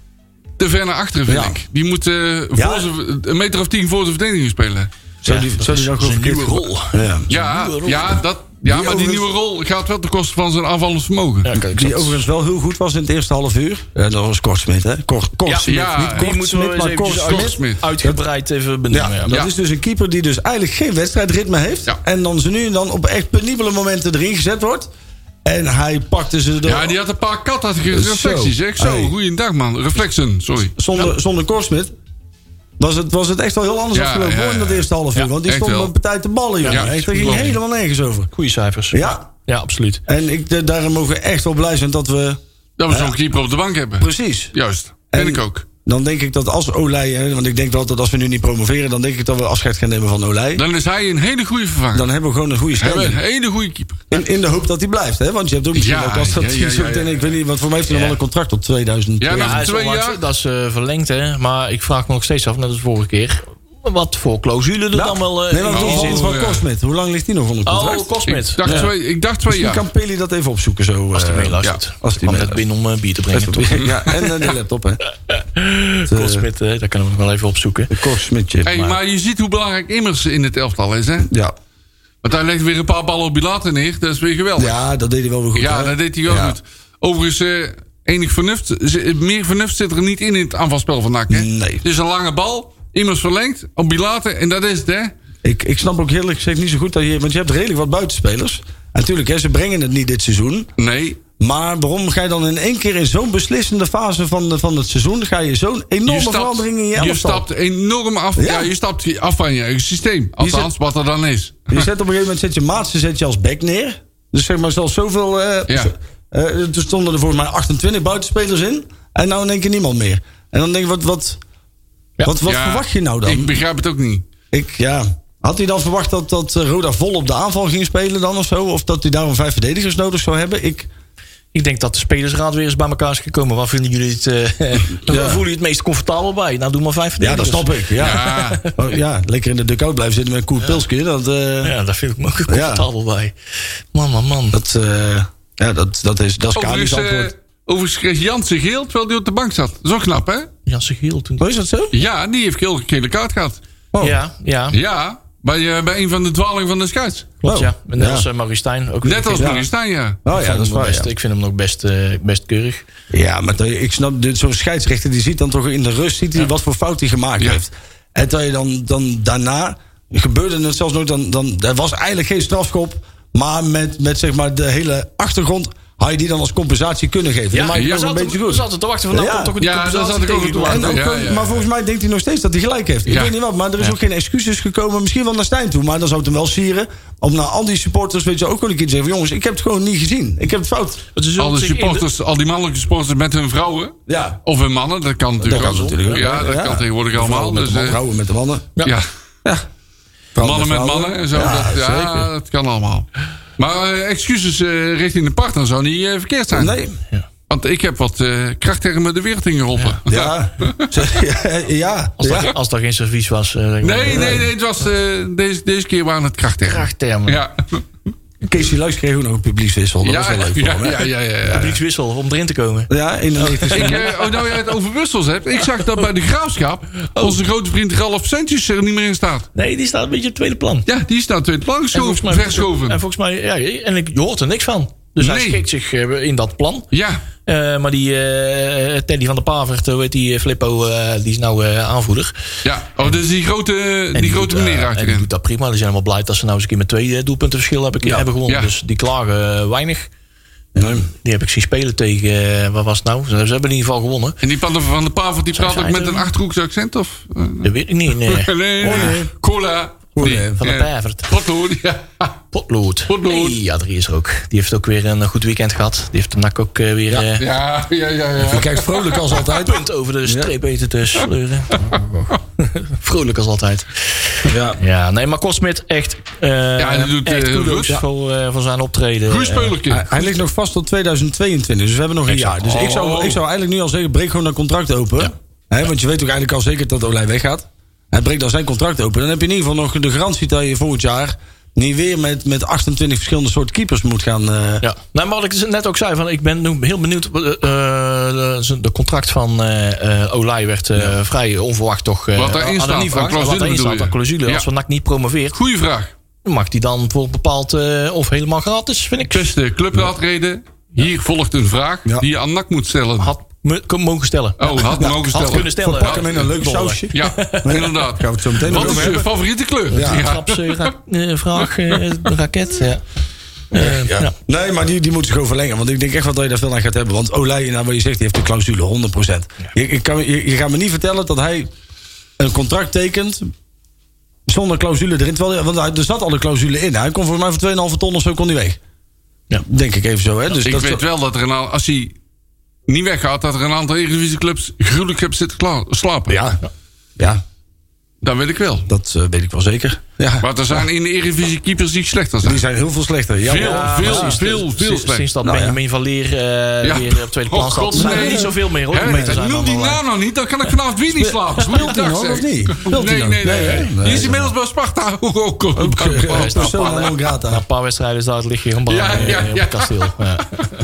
D: te ver naar achteren, vind
C: Ja.
D: ik. Die moet eh,
C: Ja.
D: voor zijn- een meter of tien voor de verdediging spelen.
C: Zou die, zou die dan gewoon
E: een
C: verkeerd
E: nieuwe rol.
C: ge- Ja.
D: Ja, ja, dat, ja maar die
C: overigens-
D: nieuwe rol gaat wel ten koste van zijn aanvallend vermogen. Ja,
E: kijk,
C: Die overigens wel heel goed was in het eerste half uur. Ja, dat was Kortsmit, hè? Kort, Kortsmit,
D: ja,
C: niet
D: die
E: Die moeten we
C: Kortsmit,
E: eens
C: maar
E: eventjes
D: Kort-
E: uit-
C: Kortsmit.
D: Smit.
E: uitgebreid even
C: Ja,
E: benoemen. Ja,
C: dat
D: Ja.
C: is dus een keeper die dus eigenlijk geen wedstrijdritme heeft.
D: Ja.
C: En dan ze nu en dan op echt penibele momenten erin gezet wordt. En hij pakte ze door.
D: die had een paar kat had ik
C: Zo.
D: reflecties, zeg. Zo,
C: Hey.
D: goeiedag man. Reflexen, sorry.
C: zonder, zonder Korsmit. Was het, was het echt wel heel anders
D: Ja,
C: afgelopen
D: ja,
C: hoor, in dat
D: ja.
C: eerste half uur.
D: Ja,
C: want die
D: echt
C: stond op
D: wel.
C: een partij te ballen, jongen.
D: Ja,
C: Echt, daar
D: klopt.
C: ging helemaal nergens over.
E: Goede cijfers.
C: Ja.
E: ja absoluut.
C: En ik, de- daarin mogen we echt wel blij zijn dat we...
D: Dat we zo'n keeper op de bank hebben.
C: Precies.
D: Juist, ben
C: En-
D: ik ook.
C: Dan denk ik dat als Olij... hè, Want ik denk wel dat als we nu niet promoveren... dan denk ik dat we afscheid gaan nemen van Olij.
D: Dan is hij een hele goede vervanger.
C: Dan hebben we gewoon een goede
D: hebben we
C: stand
D: een hele goede keeper.
C: in, in de hoop dat hij blijft, hè? Want je hebt ook misschien
D: Ja,
C: ook als dat
D: ja, ja,
C: hij zo
D: ja,
C: meteen-
D: ja,
C: Ik weet niet, want voor mij heeft hij nog wel een contract tot 2000.
D: Ja,
E: Ja,
D: nog
E: hij is
D: twee
E: onlangs-
D: jaar.
E: Dat is eh, verlengd, hè. Maar ik vraag me nog steeds af, net als vorige keer... wat voor clausule er dan wel eh,
C: Nou, nee, want
E: in
C: hoe
D: oh,
C: valt
E: zit.
C: het van
D: ja.
C: Korsmet? Hoe lang ligt hij nog onder contract?
E: Oh, Cosmet.
D: Ik dacht,
E: Ja.
D: twee, ik dacht twee
C: Misschien
D: jaar.
C: kan Peli dat even opzoeken zo.
E: Als hij
C: eh,
E: meeluistert.
C: ja, als
E: Ik
C: hij
E: kwam net
C: meeluistert.
E: binnen om eh, bier te brengen. toch?
C: Ja, en eh, de laptop, hè? Korsmet.
E: Cosmet, eh, daar kunnen we nog wel even opzoeken.
C: De Korsmet-chip.
D: Hey, maar je ziet hoe belangrijk Immers in het elftal is, hè?
C: Ja.
D: Want hij legt weer een paar ballen op Bilater neer. Dat is weer geweldig. Ja,
C: ja, dat deed hij wel weer goed. hè?
D: dat deed hij wel
C: Ja.
D: goed. Overigens, eh, enig vernuft, z- meer vernuft zit er niet in in het aanvalspel van NAC, hè?
C: Nee.
D: Het is een lange bal, Immers verlengt, op Bilater en dat is het, hè?
C: Ik, ik snap ook eerlijk gezegd niet zo goed dat je... Want je hebt redelijk wat buitenspelers. En natuurlijk, hè, ze brengen het niet dit seizoen.
D: Nee,
C: Maar waarom ga je dan in één keer in zo'n beslissende fase van, de- van het seizoen... ga je zo'n enorme verandering in je elftal?
D: je stapt enorm af. Ja. je stapt af van je eigen systeem. Althans, wat er dan is.
C: Je zet op een gegeven moment zet je maatsen zet je als back neer. Dus zeg maar zelfs zoveel... eh,
D: Ja.
C: eh, er stonden er volgens mij 28 buitenspelers in. En nou in één keer niemand meer. En dan denk ik, wat, wat, wat, wat
D: Ja,
C: verwacht je nou dan?
D: Ik
C: Ik,
D: begrijp het ook niet.
C: ja. Had hij dan verwacht dat, dat eh, Roda vol op de aanval ging spelen dan of zo? Of dat hij daarom vijf verdedigers nodig zou hebben? Ik,
E: Ik denk dat de spelersraad weer eens bij elkaar is gekomen. Waar vinden jullie het... eh, waar voelen jullie het meest comfortabel bij? Nou, doe maar vijf
C: ja, dat
E: verdedigers.
C: snap ik. Ja.
D: Ja.
C: Oh, ja, lekker in de dugout blijven zitten met Koert Pilske. Dat, eh,
E: Ja, daar vind ik me ook comfortabel bij. Man, man, man.
C: dat, eh, ja, dat, dat is, dat is Kali's
D: Overigens,
C: antwoord.
D: eh, overigens kreeg Jansen geel terwijl hij op de bank zat. Dat is ook knap, hè?
E: Jansen Giel toen.
C: Oh, is dat zo?
D: Ja, die heeft geel gele kaart gehad.
C: Oh.
E: Ja, ja.
D: Ja, bij, eh, bij een van de dwalingen van de scheids.
E: Klopt,
C: Oh.
E: ja. Net
C: Ja.
E: als eh, Maurice Stijn. Ook weer
D: Net als
E: een keer.
D: Marie Stijn, ja.
C: Oh
E: Ik
C: ja,
E: vond
C: dat is
E: hem nog
C: waar.
E: best,
C: ja.
E: Ik vind hem nog best, eh, best keurig.
C: Ja, maar dat- ik snap, dit- zo'n scheidsrechter die ziet dan toch in de rust ziet hij wat voor fout hij gemaakt
D: Ja.
C: heeft. En dat je dan, dan daarna, gebeurde het zelfs nooit, dan, dan, er was eigenlijk geen strafschop. Maar met, met zeg maar de hele achtergrond had je die dan als compensatie kunnen geven. Ja, dat maakt
D: ja,
C: het wel
E: zat,
C: een beetje goed.
E: zat er te wachten van, nou
C: Ja.
E: komt toch een
D: Ja, daar
E: compensatie
D: zat ik ook
E: tegen
D: op te
E: die-
C: En ook,
D: Ja, ja, ja.
C: Maar volgens mij denkt hij nog steeds dat hij gelijk heeft. Ik
D: Ja.
C: weet niet wat, maar er is ook geen excuses gekomen. Misschien wel naar Stijn toe, maar dat zou het hem wel sieren. Om naar al die supporters weet je ook wel een keer te zeggen... van, jongens, ik heb het gewoon niet gezien. Ik heb het fout.
E: Want ze zullen
D: Al, de
E: zich in de-
D: supporters, al die mannelijke supporters met hun vrouwen.
C: Ja.
D: Of hun mannen, dat kan natuurlijk
C: kan
D: ook.
C: natuurlijk ook,
D: Ja,
C: hè?
D: dat
C: Ja.
D: kan tegenwoordig
C: Vrouwen
D: allemaal.
C: met
D: Dus,
C: de mannen,
D: eh,
C: vrouwen met de mannen.
D: ja. Mannen met mannen en zo.
C: Ja,
D: dat, ja
C: zeker.
D: dat kan allemaal. Maar eh, excuses eh, richting de partner zou niet eh, verkeerd zijn.
C: Nee.
D: Want ik heb wat eh, kracht tegen me de wereld ingeroepen.
C: Ja. ja. eh, ja.
E: Als, dat, als dat geen servies was. eh, denk ik wel.
D: Nee, nee, nee. Het was, eh, deze, deze keer waren het kracht tegen.
E: Krachttermen.
D: Ja.
C: Kees Luijks kreeg ook nog een publiekswissel. Dat was
D: ja,
C: wel leuk voor
D: ja,
C: hem, hè?
D: ja, ja, ja, ja.
E: Publiekswissel om erin te komen.
C: Ja, in de 90
D: Ik, eh, oh, nou jij het over Wissels hebt. Ik zag dat bij de Graafschap
C: Oh.
D: onze grote vriend Ralf Sentjes er niet meer in staat.
E: Nee, die staat een beetje op het tweede plan.
D: Ja, die staat tweede plan
E: volgens
D: geschoven,
E: mij- En
D: verschoven.
E: volgens mij, ja, en ik, je hoort er niks van. Dus hij
D: Nee.
E: schikt zich eh, in dat plan.
D: Ja,
E: Eh, maar die eh, Teddy van der Pavert, hoe heet die eh, Flippo, eh, die is nou eh, aanvoerder.
D: ja. Oh, dus die grote,
E: En
D: die grote
E: doet, eh,
D: meneer
E: en die doet
D: achterin.
E: dat prima. Die zijn helemaal blij dat ze nou eens een keer met twee eh, doelpunten verschil hebben, hebben gewonnen.
D: Ja.
E: Dus die klagen eh, weinig.
C: Nee.
E: Die heb ik zien spelen tegen, eh, wat was het nou? Ze, ze hebben in ieder geval gewonnen.
D: En die Pander van de Pavert die praat
E: zij
D: ook met
E: het
D: een
E: doen?
D: Achterhoeks accent of? eh,
E: Dat weet ik niet. nee.
D: nee, nee. Cola.
C: Nee.
E: Van de
D: Eh,
E: Pijvert.
D: Potlood, ja.
E: Potlood.
D: Potlood.
E: Nee, ja, die is er ook. Die heeft ook weer een goed weekend gehad. Die heeft de NAC ook eh, weer... eh,
D: Ja, ja, ja, ja.
C: Je kijkt vrolijk als altijd.
E: Punt over de streep eten te sleuren. Vrolijk als altijd.
C: Ja.
E: Ja, nee, maar Kosmit echt. eh
D: Ja,
E: ja,
D: en dat doet,
E: echt
D: eh,
E: kudos
D: Ruud.
E: voor, eh, voor zijn optreden.
D: Guus
E: Eh,
C: Hij,
D: Peulerke.
C: hij ligt nog vast tot 2022, dus we hebben nog een
E: Exact.
C: jaar. Dus ik, zou,
D: Oh.
C: ik zou eigenlijk nu al zeggen, breek gewoon dat contract open.
E: Ja.
C: Hè, want je weet ook eigenlijk al zeker dat Olij weggaat. Hij breekt dan zijn contract open. Dan heb je in ieder geval nog de garantie dat je volgend jaar... niet weer met, met 28 verschillende soorten keepers moet gaan... eh,
E: Ja. Nou, maar wat ik net ook zei, van, ik ben nu heel benieuwd. eh, eh, de, de contract van eh eh, Olij werd eh, vrij onverwacht toch. eh,
D: Wat daarin
E: hadden
D: staat,
E: niet verwacht,
D: aan clausule
E: Wat daarin
D: bedoel
E: staat aan
D: je?
E: clausule.
D: Ja.
E: Als Van NAC niet promoveert,
D: Goeie vraag.
E: mag die dan voor een bepaald eh, of helemaal gratis, vind ik.
D: Beste clubraadreden, hier volgt een vraag
C: Ja.
D: die je aan NAC moet stellen.
E: Had me- kon- mogen stellen.
D: oh, had mogen
E: Had
D: stellen.
E: kunnen stellen.
C: Verpak hem in een leuk
E: Dollar.
C: sausje.
D: Ja, inderdaad.
C: Gaan we het zo meteen nog
D: Wat
C: over
D: is je
C: hebben.
D: favoriete kleur?
C: Ja.
D: Ja.
E: Traps, eh, ra- eh, vraag, eh, raket. Ja. Eh, ja.
C: Nee, maar die, die moeten ze gewoon verlengen. Want ik denk echt wel dat je daar veel aan gaat hebben. Want Olij, nou, wat je zegt, die heeft de clausule 100%. Je, ik kan, je, je gaat me niet vertellen dat hij een contract tekent zonder clausule erin. Terwijl, hij- want hij- er zat al een clausule in. Hij kon voor mij voor 2,5 ton of zo kon hij weg.
E: Ja.
C: Denk ik even zo. Hè? Dus
D: Ik
C: dat,
D: weet wel dat er een aantal, als hij niet weggaat, dat er een aantal Eredivisieclubs gruwelijk hebben zitten kla- slapen.
C: Ja, ja,
D: Dat weet ik wel.
C: dat eh, weet ik wel zeker. Ja.
D: Maar er zijn in de Eredivisie keepers die slechter
C: Die
D: zijn.
C: zijn heel veel slechter. Ja,
D: Veel,
C: maar-
D: veel,
E: precies.
D: veel, veel
E: Sinds- Sinds
D: slechter.
E: dat
C: Nou,
E: Benjamin van Leer eh,
D: Ja.
E: weer op tweede
D: Oh,
E: plaats
D: God,
E: zat. zijn er
D: nee.
E: niet zoveel meer hoor.
D: Hè?
E: om mee te zijn eh,
D: Noem
E: van
D: die
E: allerlei.
D: naam nou niet, dan kan ik vanavond weer niet slapen. Speelt
C: hij nog, of niet? Speelt hij
D: Nee,
C: nog?
D: nee, nee.
C: Nee, hè?
D: Die
C: Nee,
D: is inmiddels bij Sparta ook.
C: Ook, eh, persona non grata.
E: Na een paar wedstrijden staat ligt je gewoon
D: Ja,
E: ja,
D: ja,
E: op
D: ja.
E: het kasteel. Ja.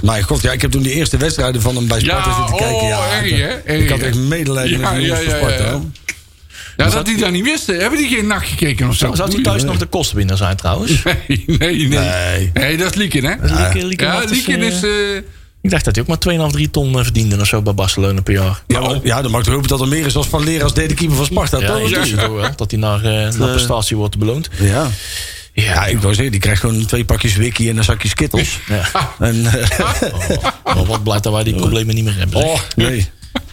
C: Maar god, ja, ik heb toen die eerste wedstrijden van hem bij Sparta
D: Ja,
C: zitten kijken. Ja,
D: oh, erg, hè? Erg,
C: ik had echt
D: hè?
C: medelijden met
D: Ja,
C: die jongens
D: ja,
C: van
D: ja, ja,
C: Sparta.
D: ja.
C: hoor.
D: Ja, dat die daar niet wisten. Hebben die geen nacht gekeken of zo?
E: Zou die thuis nog de kostwinnaar zijn trouwens?
D: Nee, nee, nee.
C: Nee.
D: Nee, dat is Lieken, hè?
E: Lieke- Lieke
D: Ja,
E: Martens,
D: Lieken
E: eh,
D: is... eh,
E: Ik dacht dat hij ook maar 2,5, 3 ton eh, verdiende of zo bij Barcelona per jaar.
C: Ja, maar- ja, dan mag ik toch hopen dat er meer is als Van Leer als derde keeper van Sparta.
E: Ja,
C: toch?
E: ik denk het ook wel. Dat hij naar, eh, naar prestatie wordt beloond.
C: ja. Ja, ik wou zeggen, die krijgt gewoon twee pakjes wiki en een zakje skittels.
E: Ja.
C: En, eh,
E: Maar wat blijkt dat wij die problemen niet meer hebben. zeg.
C: oh, nee.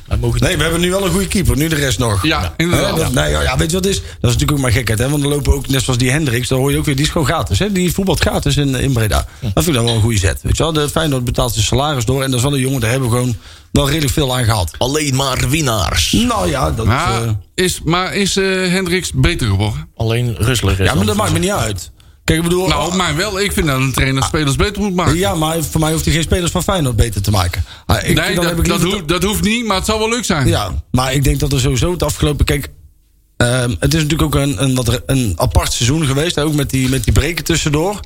E: Wij mogen
C: nee, we hebben nu wel een goede keeper, nu de rest nog.
D: Ja,
C: Hè,
D: inderdaad.
C: dat- nee, ja, ja, weet je wat het is? Dat is natuurlijk ook maar gekheid. Hè? Want er lopen ook, net zoals die Hendricks, daar hoor je ook weer, die is gewoon gratis. Hè? Die voetbalt gratis in, in Breda. Dat vind ik dan wel een goede zet. Weet je wel? De Feyenoord betaalt zijn salaris door. En dat is wel een jongen, daar hebben we gewoon wel redelijk veel aan gehad.
E: Alleen maar winnaars.
C: Nou ja, dat... eh,
D: Maar is, maar is eh, Hendricks beter geworden?
E: Alleen Rusler. is
C: ja, maar
E: dan-
C: dat maakt me niet uit. Kijk, ik bedoel... ah,
D: Nou, mij wel. Ik vind dat een trainer spelers beter moet maken.
C: Ja, maar voor mij hoeft hij geen spelers van Feyenoord beter te maken. Ah, ik,
D: nee,
C: dan
D: dat,
C: heb ik
D: dat,
C: liever
D: hoeft, dat hoeft niet, maar het zou wel leuk zijn.
C: te- Ja, maar ik denk dat er sowieso het afgelopen... Kijk, ehm, het is natuurlijk ook een, een, wat, re- een apart seizoen geweest. hè, Ook met die, met die breken tussendoor.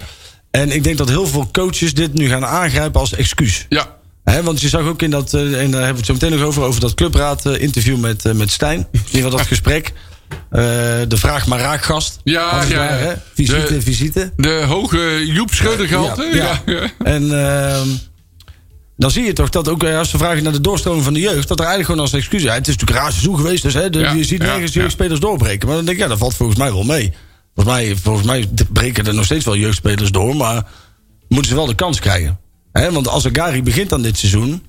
C: En ik denk dat heel veel coaches dit nu gaan aangrijpen als excuus.
D: Ja.
C: Hè, want je zag ook in dat, eh, en daar hebben we het zo meteen nog over, over dat clubraad-interview met, eh, met Stijn. In ieder geval dat gesprek. Eh, de vraag maar raakgast.
D: Ja,
C: Hadden ze
D: ja,
C: daar,
D: ja.
C: hè? Visite,
D: De-
C: visite.
D: De hoge Joep Schreuder gehalte. Ja.
C: Ja,
D: Ja.
C: En ehm, dan zie je toch dat ook eh, als ze vragen naar de doorstroming van de jeugd, dat er eigenlijk gewoon als excuus ja, Het is natuurlijk een raar seizoen geweest, dus hè, de-
D: Ja,
C: je ziet
D: ja,
C: nergens
D: ja.
C: jeugdspelers doorbreken. Maar dan denk ik, ja, dat valt volgens mij wel mee. Volgens mij, volgens mij breken er nog steeds wel jeugdspelers door, maar moeten ze wel de kans krijgen. Hè, want als Agari begint aan dit seizoen.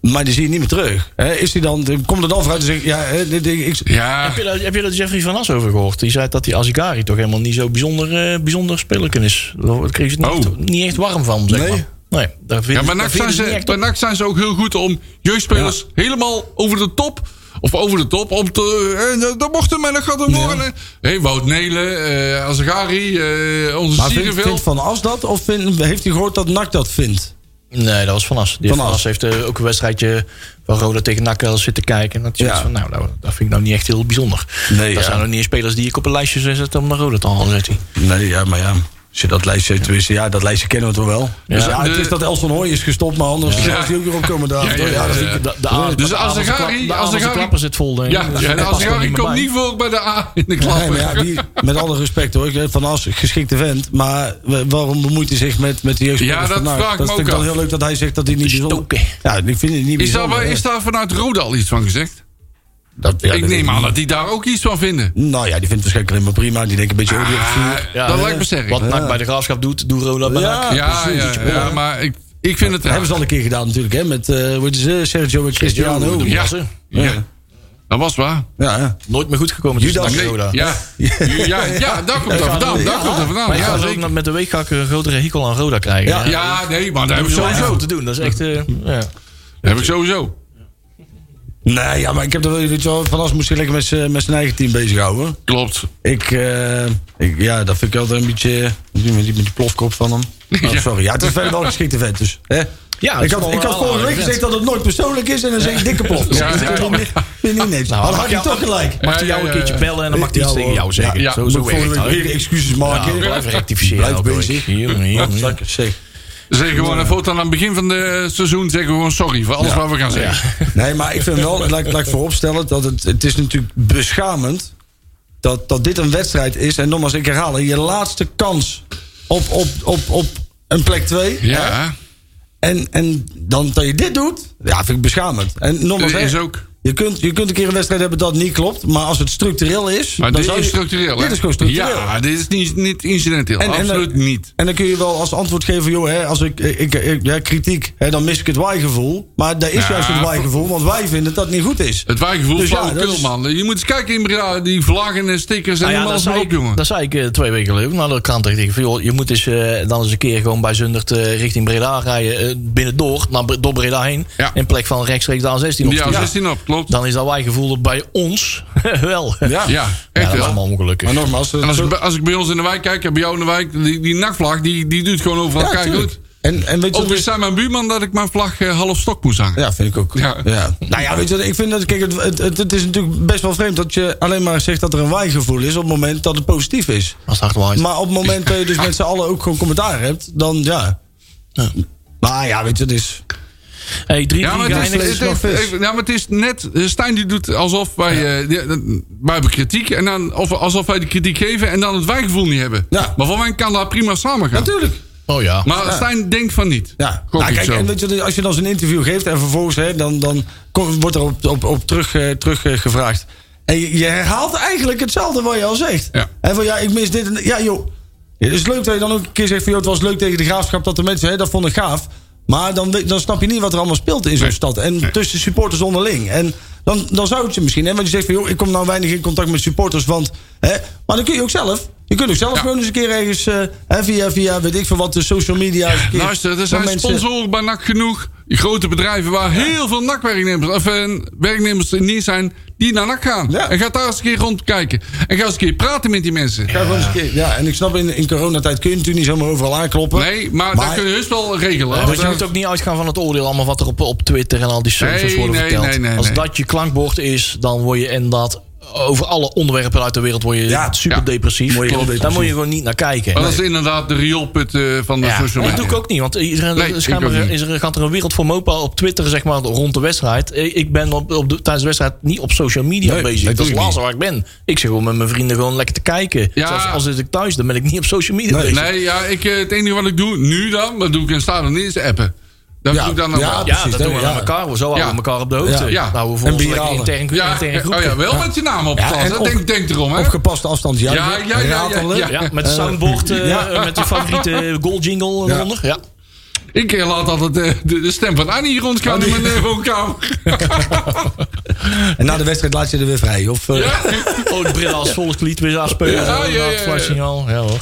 C: Maar die zie je niet meer terug. Hè, is die dan, komt er dan vooruit en zegt... Ja, hè, dit, ik, ik-
E: Heb je, daar- heb je daar Jeffrey van As over gehoord? Die zei dat die Azigari toch helemaal niet zo bijzonder, eh, bijzonder speler is. Daar kreeg ze het niet,
D: Oh.
E: echt, niet echt warm van, zeg
C: Nee.
E: maar. Nee, daar vind
D: Ja,
E: ik-
D: maar
E: daar
D: NAC
E: vind
D: zijn,
E: ik niet
D: ze,
E: echt
D: bij
E: op.
D: NAC zijn ze ook heel goed om jeugdspelers helemaal over de top. Of over de top. Om te, eh, dat- dat mocht hem en dat gaat hem worden. Hé, Wout Nelen, eh Azagari, eh, onze
C: maar vindt, vindt
D: Sierenveld.
C: Van As dat? Of vindt- heeft hij gehoord dat NAC dat vindt?
E: Nee, dat was van As. Die
C: Van
E: van As
C: As.
E: heeft eh, ook een wedstrijdje van Roda tegen NAC wel zitten kijken. En dat,
C: Ja.
E: ja. van, nou, nou, dat vind ik nou niet echt heel bijzonder.
C: Nee,
E: dat
C: ja.
E: zijn nog niet eens spelers die ik op een lijstje zou zetten om naar Roda te halen, zegt hij.
C: Nee, ja, maar ja. Als je dat lijstje, tenminste, ja, dat lijstje kennen we toch wel. Dus ja, het
D: De-
C: is dat Elson Hooy is gestopt, maar anders
D: Ja.
C: zou hij ook weer opkomen daar.
D: Ja, ja,
C: Ja,
D: ja,
C: dat vind
D: ja.
C: ik-
E: De, de avond-
D: Dus
E: de avondse
D: Azegari-
E: klap- de avondse
D: Azegari-
E: klapper zit vol, denk ik.
D: Ja,
E: Dus
D: ja,
E: dat past er
D: Azagari
E: niet meer
D: komt
E: bij.
D: niet voor bij de A in de
C: Nee,
D: klap.
C: maar ja, die, met alle respect hoor, ik weet van als geschikte vent, maar wa- waarom bemoeit hij zich met, met de jeugd?
D: Ja, dat vraag ik
C: dat
D: me
C: vind
D: ook
C: ik dan
D: af.
C: heel leuk dat hij zegt dat hij niet bijzonder...
E: Stoken.
C: Ja, ik vind het niet
D: is, daar,
C: bijzonder.
D: is daar vanuit Roda al iets van gezegd?
C: dat, ja,
D: ik
C: dat
D: neem
C: weet
D: aan dat
C: niet.
D: die daar ook iets van vinden.
C: Nou ja, die vindt het waarschijnlijk alleen maar prima. Die denkt een beetje... Oh, die heeft
D: Ah,
C: vuur.
E: Ja,
D: dat
E: hè?
D: lijkt me sterk.
E: Wat NAC bij de Graafschap doet, doet Roda bij NAC.
C: Ja,
D: ja, ja, ja, maar ik, ik vind het
C: Dat hebben
D: raar.
C: ze al een keer gedaan natuurlijk, hè. Met eh, hoe heet ze, Sergio en Cristiano.
D: Ja,
E: Klassen.
D: ja.
C: Ja.
D: Dat was waar.
C: Ja, ja.
E: Nooit meer goed gekomen tussen NAC en Roda.
D: Ja, ja, ja, daar komt dat vandaan. Daar komt dat vandaan.
E: Maar ik ga
D: Ja,
E: dus ook
D: zeker.
E: met de week ga ik een grotere hekel aan Roda krijgen.
C: Ja.
E: Eh,
D: Ja, nee, maar dat heb ik
E: om mij
D: sowieso.
E: goed te doen. Dat is echt... eh, ja.
D: Dat heb ik sowieso.
C: Nee, ja, maar ik heb dat wel, weet je wel, Van As moest zich lekker met z'n- met zijn eigen team bezighouden.
D: Klopt.
C: Ik, eh, ik, ja, dat vind ik altijd een beetje, die met die, met die plofkop van hem. Oh,
D: Ja.
C: Sorry, ja, het is verder wel een geschikt event, dus. Hè?
E: Ja,
C: ik had, ik had vorige week gezegd
E: gezegd
C: dat het nooit persoonlijk is en dan zeg ik dikke plof.
D: Ja,
C: Dus ik
D: ja.
C: vind het niet- niet niks.
E: Nou,
C: Had
E: mag
C: had
E: jou-
C: hij toch gelijk.
E: Mag hij
D: Ja,
E: jou
D: ja,
E: een
D: ja,
E: keertje
D: ja.
E: bellen en dan mag hij
C: Ja,
E: iets tegen
C: hoor.
E: jou zeggen.
D: Ja,
E: Zo,
C: Moet
E: zo
C: ik
E: werkt
C: volgende
E: dat.
C: week weer excuses
E: Ja,
C: maken.
E: blijf rectificeren.
C: Blijf
E: elke week.
C: bezig.
E: Hier, hier, hier.
C: Lekker, zeg.
D: Zeg eh, gewoon en voortaan aan het begin van het seizoen zeggen we gewoon sorry voor alles wat we gaan zeggen.
C: Nee, maar ik vind wel, laat, ik- laat ik vooropstellen, dat het, het is natuurlijk beschamend dat, dat dit een wedstrijd is. En nogmaals, ik herhaal, het, je laatste kans op, op, op, op een plek 2.
D: Ja,
C: En, en dan dat je dit doet, ja, vind ik beschamend. En nogmaals,
D: Dat
C: hè,
D: is ook.
C: Je kunt, je kunt een keer een wedstrijd hebben dat niet klopt, maar als het structureel is.
D: maar
C: dan
D: dit
C: zou
D: is
C: je-
D: structureel. hè?
C: Dit is gewoon structureel.
D: Ja, dit is niet, niet incidenteel.
C: En- eh, en
D: Absoluut
C: dan-
D: niet.
C: En dan kun je wel als antwoord geven, joh, hè, als ik, ik, ik- ja, kritiek, hè, dan mis ik het wij-gevoel. Maar dat is
D: Ja,
C: juist het wij-gevoel, want wij vinden dat niet goed is.
D: Het wijgevoel
C: Dus
D: dus
C: ja,
D: flauwekul,
C: dat is-
D: man. Je moet eens kijken in Breda, die vlaggen en stickers en
E: Nou ja,
D: helemaal
E: dat
D: alles maar
E: zei,
D: op,
E: ik,
D: jongen.
E: dat zei ik eh, twee weken geleden ook naar de krant. Ik dacht, van, joh, je moet eens, eh, dan eens een keer gewoon bij Zundert eh, richting Breda rijden. eh, binnendoor, naar, Bre- door Breda heen.
D: Ja.
E: In plek van rechtstreeks de A16 op te
D: Ja,
E: doen.
D: 16 op, klopt.
E: Dan is dat wij gevoel bij ons wel. Ja,
D: Ja, echt
E: dat is
D: wel.
E: allemaal ongelukkig.
C: Maar nogmaals, eh,
D: En als ik, bij- als ik bij ons in de wijk kijk, en bij jou in de wijk, die, die nachtvlag, die, die doet gewoon overal kijk goed.
C: En, en weet je wat
D: Overigens
C: is-
D: zei mijn buurman dat ik mijn vlag eh, half stok moest hangen.
C: Ja, vind ik ook.
D: Ja.
C: Ja. Nou ja, weet je wat, ik vind dat, kijk, het, het, het- het is natuurlijk best wel vreemd dat je alleen maar zegt dat er een wij-gevoel is op het moment dat het positief is.
E: Als het hard waait.
C: Maar op het moment dat je dus met z'n allen ook gewoon commentaar hebt, dan ja.
E: Ja.
C: Maar ja, weet je, het is...
E: Hey, drie,
D: Ja, maar
E: drie
D: het is, het
E: geëindigd.
D: is-
C: nog vis.
D: even- ja, maar het is net... eh, Stijn die doet alsof wij, eh, die- eh, wij hebben kritiek. En dan, of, alsof wij de kritiek geven en dan het wijgevoel niet hebben.
C: Ja.
D: Maar voor mij kan dat prima samen gaan.
C: Natuurlijk.
E: Oh ja.
D: Maar Stijn denkt van niet.
C: Ja,
D: Gok
C: nou,
D: ik
C: kijk,
D: zo.
C: en weet je, als je dan zo'n interview geeft en vervolgens hè, dan, dan kom- wordt er op, op, op terug, eh, terug eh, gevraagd. En je, je herhaalt eigenlijk hetzelfde wat je al zegt.
D: Ja.
C: En van ja, ik mis dit en ja, joh. Het is leuk dat je dan ook een keer zegt van joh, het was leuk tegen de graafschap dat de mensen, hè, dat vond ik gaaf. Maar dan, weet- dan snap je niet wat er allemaal speelt in zo'n
D: Nee.
C: stad. En tussen supporters onderling. En dan, dan zou het je misschien, hè, want je zegt van joh, ik kom nou weinig in contact met supporters. Want, hè, maar dan kun je ook zelf. Je kunt ook zelf
D: Ja.
C: gewoon eens een keer ergens eh, hè, via, via, weet ik veel wat, de social media. eens een keer,
D: Luister, er
C: waar
D: zijn
C: mensen-
D: sponsoren bij NAC genoeg. Die grote bedrijven waar heel veel NAC-werknemers of, eh, werknemers in dienst zijn... die naar NAC gaan.
C: Ja.
D: En ga daar eens een keer rondkijken. En ga eens een keer praten met die mensen.
C: Ja, gewoon eens een keer- ja, en ik snap, in, in coronatijd kun je natuurlijk niet zomaar overal aankloppen.
D: Nee, maar, dat kun je heus wel regelen.
E: Dus
D: Want,
E: je
D: eh,
E: moet ook niet uitgaan van het oordeel allemaal wat er op, op Twitter en al die services
D: Nee,
E: worden
D: nee,
E: verteld.
D: nee, nee,
E: Als
D: nee.
E: dat je klankbord is, dan word je inderdaad over alle onderwerpen uit de wereld word je
C: Ja,
E: super
D: ja.
E: depressief.
C: Word je heel
E: Daar
C: depressief.
E: moet je gewoon niet naar kijken.
D: Maar dat is inderdaad de rioolput eh, van de
E: Ja,
D: social
E: dat
D: media.
E: doe ik ook niet. Want iedereen,
D: Nee, ik
E: schijnbaar
D: ook niet.
E: is er, gaat er een wereld voor mopa op Twitter, zeg maar, rond de wedstrijd. Eh, Ik ben op, op de, tijdens de wedstrijd niet op social media
C: Nee,
E: bezig. Dat,
C: dat doe
E: is
C: ik niet.
E: laatste waar ik ben. Ik zit gewoon met mijn vrienden gewoon lekker te kijken.
D: Ja.
E: Zoals als zit ik thuis, dan ben ik niet op social media bezig.
D: Nee, ja, ik, eh, het enige wat ik doe nu dan, dat doe ik in het stadion niet, is appen. Dat
C: Ja,
D: doe ik dan aan
C: ja,
D: de-
E: Ja,
C: precies,
E: dat doen we
C: hè,
E: aan
C: ja.
E: elkaar. Zo houden
D: Ja.
E: we elkaar op de hoogte.
C: Ja.
D: Ja.
E: Nou, we
C: En
E: voor ons
C: bier
E: lekker
C: halen.
E: intern,
D: ja,
E: intern
D: oh
E: groepje.
D: ja, wel met je naam op.
C: en
D: Ja, dat
C: op-
D: denk, denk erom, hè?
C: Op gepaste afstand. Ja,
D: Ja, ja, ja, ja,
C: ratelen.
D: ja.
E: Ja, met de soundboard, eh,
C: Ja.
E: met je favoriete goal jingle
C: Ja.
E: eronder. Ja.
D: Ik eh, laat altijd eh, de, de stem van Annie rondgaan in mijn eh, woonkamer.
C: En na de wedstrijd laat je er weer vrij. Of, eh, ja.
E: Oh, de bril als volkslied weer afspelen.
D: Ja, ja, ja, ja.
E: Dat fluitsignaal. Ja, hoor.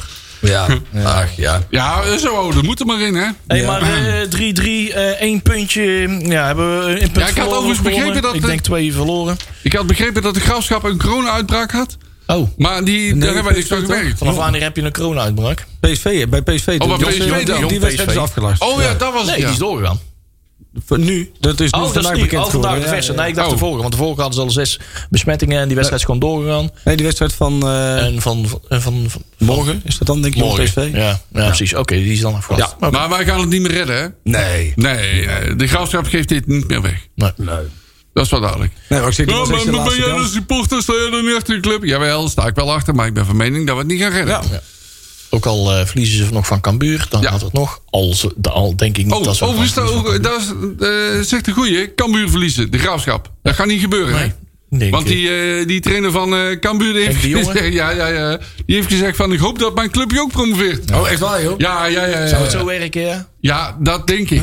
C: Ach, ja.
D: Ja, eh, zo, oh, dat moet er maar in, hè?
E: Hey, maar eh, 3-3, eh één puntje. Ja, hebben we een punt
D: Ja, ik had
E: verloren of
D: overigens
E: gewonnen?
D: begrepen dat
E: Ik
D: het-
E: denk twee verloren.
D: Ik had begrepen dat de graafschap een corona-uitbraak had.
E: Oh.
D: Maar die, daar hebben wij niks van gemerkt.
E: Vanaf wanneer heb je een corona-uitbraak?
C: PSV, eh, bij PSV.
D: Oh, bij
C: Die-
D: PSV
C: die- die-
D: dan.
C: Die,
E: Jong
C: wedstrijd is
E: PSV.
C: afgelast.
D: Oh ja, dat was
E: Nee,
D: het. ja.
E: die is doorgegaan.
C: Voor nu. Dat is nu
E: Oh, dat
C: vandaag
E: is nu.
C: bekend
E: Oh, vandaag de
C: geworden. Ja,
E: versen.
C: ja, ja.
E: Nee, ik dacht
D: Oh.
E: de vorige. Want de vorige hadden ze al zes besmettingen. En die wedstrijd is gewoon doorgegaan.
C: Nee, die wedstrijd van eh,
E: En van, van, van, van-
C: morgen. Is dat dan denk ik Jong
E: morgen.
C: PSV?
E: Ja, ja, precies. Oké, die is dan afgelast.
C: Ja.
E: Oké.
D: Maar wij gaan het niet meer redden, hè?
C: Nee.
D: Nee, eh, de graafschap geeft dit niet meer weg.
C: Nee.
D: Dat is wel duidelijk.
C: Nee, maar ik zeg, die
D: Ja,
C: was echt
D: maar
C: de
D: ben
C: laatste
D: jij de
C: kans.
D: supporter? Sta jij dan niet achter de club? Jawel, sta ik wel achter, maar ik ben van mening dat we het niet gaan redden.
C: Ja.
E: Ook al eh, verliezen ze nog van Cambuur, dan
D: Ja.
E: had het nog. Al, ze- de- al denk ik niet
D: Oh,
E: dat ze...
D: overigens,
E: van
D: daar
E: verliezen
D: ook- daar is, eh, zegt de goeie, Cambuur verliezen, de graafschap. Dat gaat niet gebeuren,
E: van-
D: hè?
E: Nee, denk
D: Want
E: ik.
D: die, eh, die trainer van eh Cambuur die heeft,
E: Henk de Jonge?
D: gezegd, ja, ja, ja, die heeft gezegd van ik hoop dat mijn clubje ook promoveert.
C: Oh, echt waar, joh?
D: Ja, ja, ja. ja,
E: Zou het
D: ja.
E: zo werken, ja?
D: Ja, dat denk ik.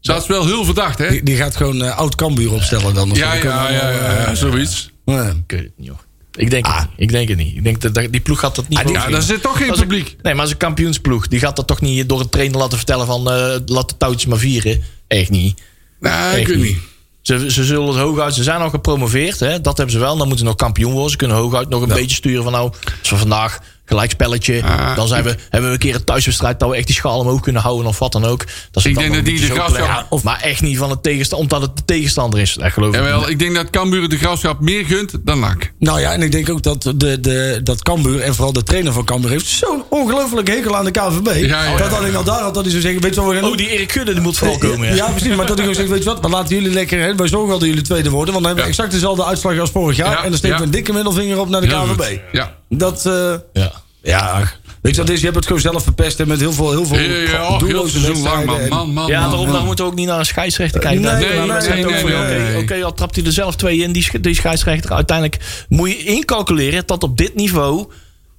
D: Dat is wel heel verdacht, hè?
C: Ah. Die, die gaat gewoon eh, oud Kambuur opstellen dan. of zo.
D: Ja,
C: Die kunnen
D: ja, ja,
C: allemaal,
D: ja,
C: eh,
D: ja, zoiets.
C: ja.
E: Ik weet het niet, joh. Ik denk, het niet. ik denk het niet. Ik denk dat dat- die ploeg gaat dat
C: Ah,
E: niet
D: Ah. Ja,
E: overwinnen.
D: daar zit toch geen
E: Als ik-
D: publiek.
E: Nee, maar als een kampioensploeg, die gaat dat toch niet door het trainer laten vertellen van eh, laat de touwtjes maar vieren. Echt niet.
D: Nee, ik
E: Echt
D: weet niet.
E: Ze, ze zullen het hooguit, ze zijn al gepromoveerd, hè? dat hebben ze wel. Dan moeten ze nog kampioen worden. Ze kunnen hooguit nog een beetje sturen van nou, als we vandaag gelijk spelletje.
D: Ah,
E: dan zijn we, hebben we een keer een thuiswedstrijd dat we echt die schaal omhoog kunnen houden of wat dan ook. Dat ze
D: Ik
E: dan
D: denk
E: nog
D: dat die
E: een
D: de
E: beetje zo
D: graafschap-
E: plannen. Of, maar echt niet van het tegenstander, omdat het de tegenstander is. Dat geloof ik
D: Jawel, ik denk dat Cambuur de Graafschap meer gunt dan NAC.
C: Nou ja, en ik denk ook dat, de, de, dat Cambuur, en vooral de trainer van Cambuur... heeft zo'n ongelooflijk hekel aan de KVB.
D: Ja, ja.
C: Dat alleen al daar had dat hij zo zeggen... Weet je wat we gaan
E: niet.
C: doen?
E: Oh, die Erik Gudde die moet vooral komen.
C: Ja, precies. Maar dat ik ook zeg, weet je wat, maar laten jullie lekker... Hè, wij zorgen wel dat jullie tweede worden. Want dan hebben we
D: Ja.
C: exact dezelfde uitslag als vorig jaar.
D: Ja,
C: En dan steken we
D: ja.
C: een dikke middelvinger op naar de
D: Heel
C: KVB.
D: goed. Ja.
C: Dat, eh,
E: ja.
C: ja... Weet je wat het is? Je hebt het gewoon zelf verpest en met heel veel, heel veel
D: Ja, ja, heel het
C: doelloze
D: seizoen lang, man.
C: wedstrijden en-
D: Man, man,
E: Ja,
D: man,
E: daarom
D: man.
E: dan moeten we ook niet naar een scheidsrechter kijken.
C: Nee,
E: Dan-
C: nee,
E: dan- dan-
C: nee,
E: dan- dan-
D: nee,
E: dan- dan-
D: nee,
E: Oké,
D: nee.
E: oké, al trapt hij er zelf twee in, die, sch- die scheidsrechter. Uiteindelijk moet je incalculeren dat op dit niveau...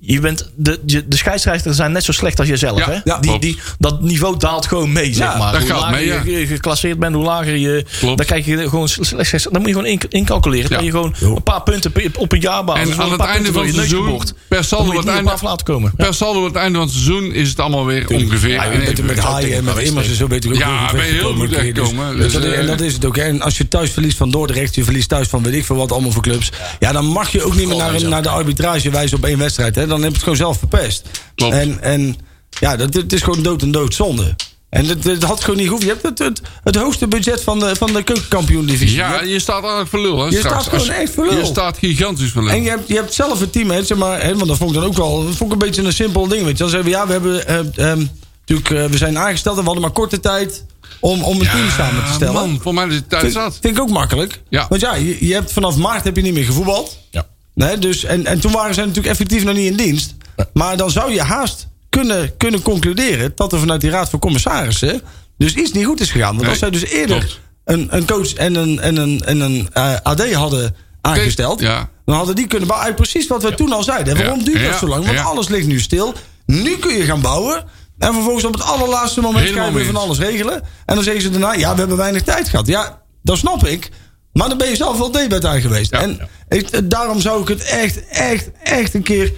E: Je bent de, je- de scheidsrechters zijn net zo slecht als jezelf.
D: Ja,
E: hè?
D: ja,
E: die,
D: klopt.
E: die, dat niveau daalt gewoon mee, zeg
C: Ja,
E: maar.
D: dat
E: hoe
D: gaat
E: lager
D: mee,
E: je ge- geclasseerd bent, hoe lager je...
D: Klopt.
E: Dan, krijg je gewoon slecht, dan moet je gewoon inc- incalculeren.
D: Ja.
E: Dat je gewoon een paar punten per- op een jaarbasis...
D: En
E: wel
D: aan
E: een
D: het
E: paar
D: einde
E: punten
D: van het
E: door je neus
D: seizoen,
E: geboord.
D: per saldo
E: Dan moet je
D: het
E: het niet op
D: einde-
E: af laten komen.
D: Per saldo, het einde van het seizoen is het allemaal weer ongeveer.
C: Ja,
D: in
C: je bent er
D: evenwicht.
C: met haaien en met immers en zo beter ook
D: Ja,
C: heel goed
D: ben je heel
C: weggekomen,
D: goed
C: kun je dus-
D: weggekomen,
C: dus
D: dus,
C: dat- En
D: eh,
C: dat is het ook. hè. En als je thuis verliest van Dordrecht, je verliest thuis van weet ik veel wat allemaal voor clubs. Ja, dan mag je ook niet meer naar, naar de arbitrage wijzen op één wedstrijd. Hè. Dan heb je het gewoon zelf verpest.
D: Klopt.
C: En, en ja, dat, het is gewoon dood en dood zonde. En het, het had gewoon niet hoeven. Je hebt het, het, het hoogste budget van de, van de keukenkampioen-divisie. Je
D: Ja,
C: hebt-
D: je staat eigenlijk voor lul. Hè,
C: Je
D: straks.
C: staat gewoon
D: Als-
C: echt voor lul.
D: Je staat gigantisch voor lul.
C: En je hebt, je hebt zelf een team, hè, zeg maar, hè, want dat vond ik dan ook wel dat vond ik een beetje een simpel ding. Weet je. Dan zeggen we, ja, we, hebben, eh, ehm, natuurlijk, eh, we zijn aangesteld en we hadden maar korte tijd om, om een team samen te
D: Ah,
C: stellen.
D: Man, voor mij is het thuis
C: Vind,
D: zat.
C: vind ik ook makkelijk.
D: Ja.
C: Want ja, je, je hebt vanaf maart heb je niet meer gevoetbald.
E: Ja.
C: Nee, dus, en, en toen waren ze natuurlijk effectief nog niet in dienst. Maar dan zou je haast kunnen, kunnen concluderen dat er vanuit die raad van commissarissen dus iets niet goed is gegaan. Want als zij
D: Nee,
C: dus eerder
D: klopt.
C: een, een coach en een, en een, en een eh, AD hadden aangesteld,
D: ja.
C: dan hadden die kunnen bouwen. Precies wat we toen al zeiden.
D: Ja.
C: Waarom duurt dat
D: Ja.
C: zo lang? Want
D: Ja.
C: alles ligt nu stil. Nu kun je gaan bouwen. En vervolgens op het allerlaatste moment
D: Helemaal
C: gaan we
D: mee
C: van
D: eens.
C: alles regelen. En dan zeggen ze daarna, ja, we hebben weinig tijd gehad. Ja, dat snap ik. Maar dan ben je zelf wel debet aan geweest.
D: Ja,
C: en
D: ja.
C: ik- daarom zou ik het echt, echt, echt een keer...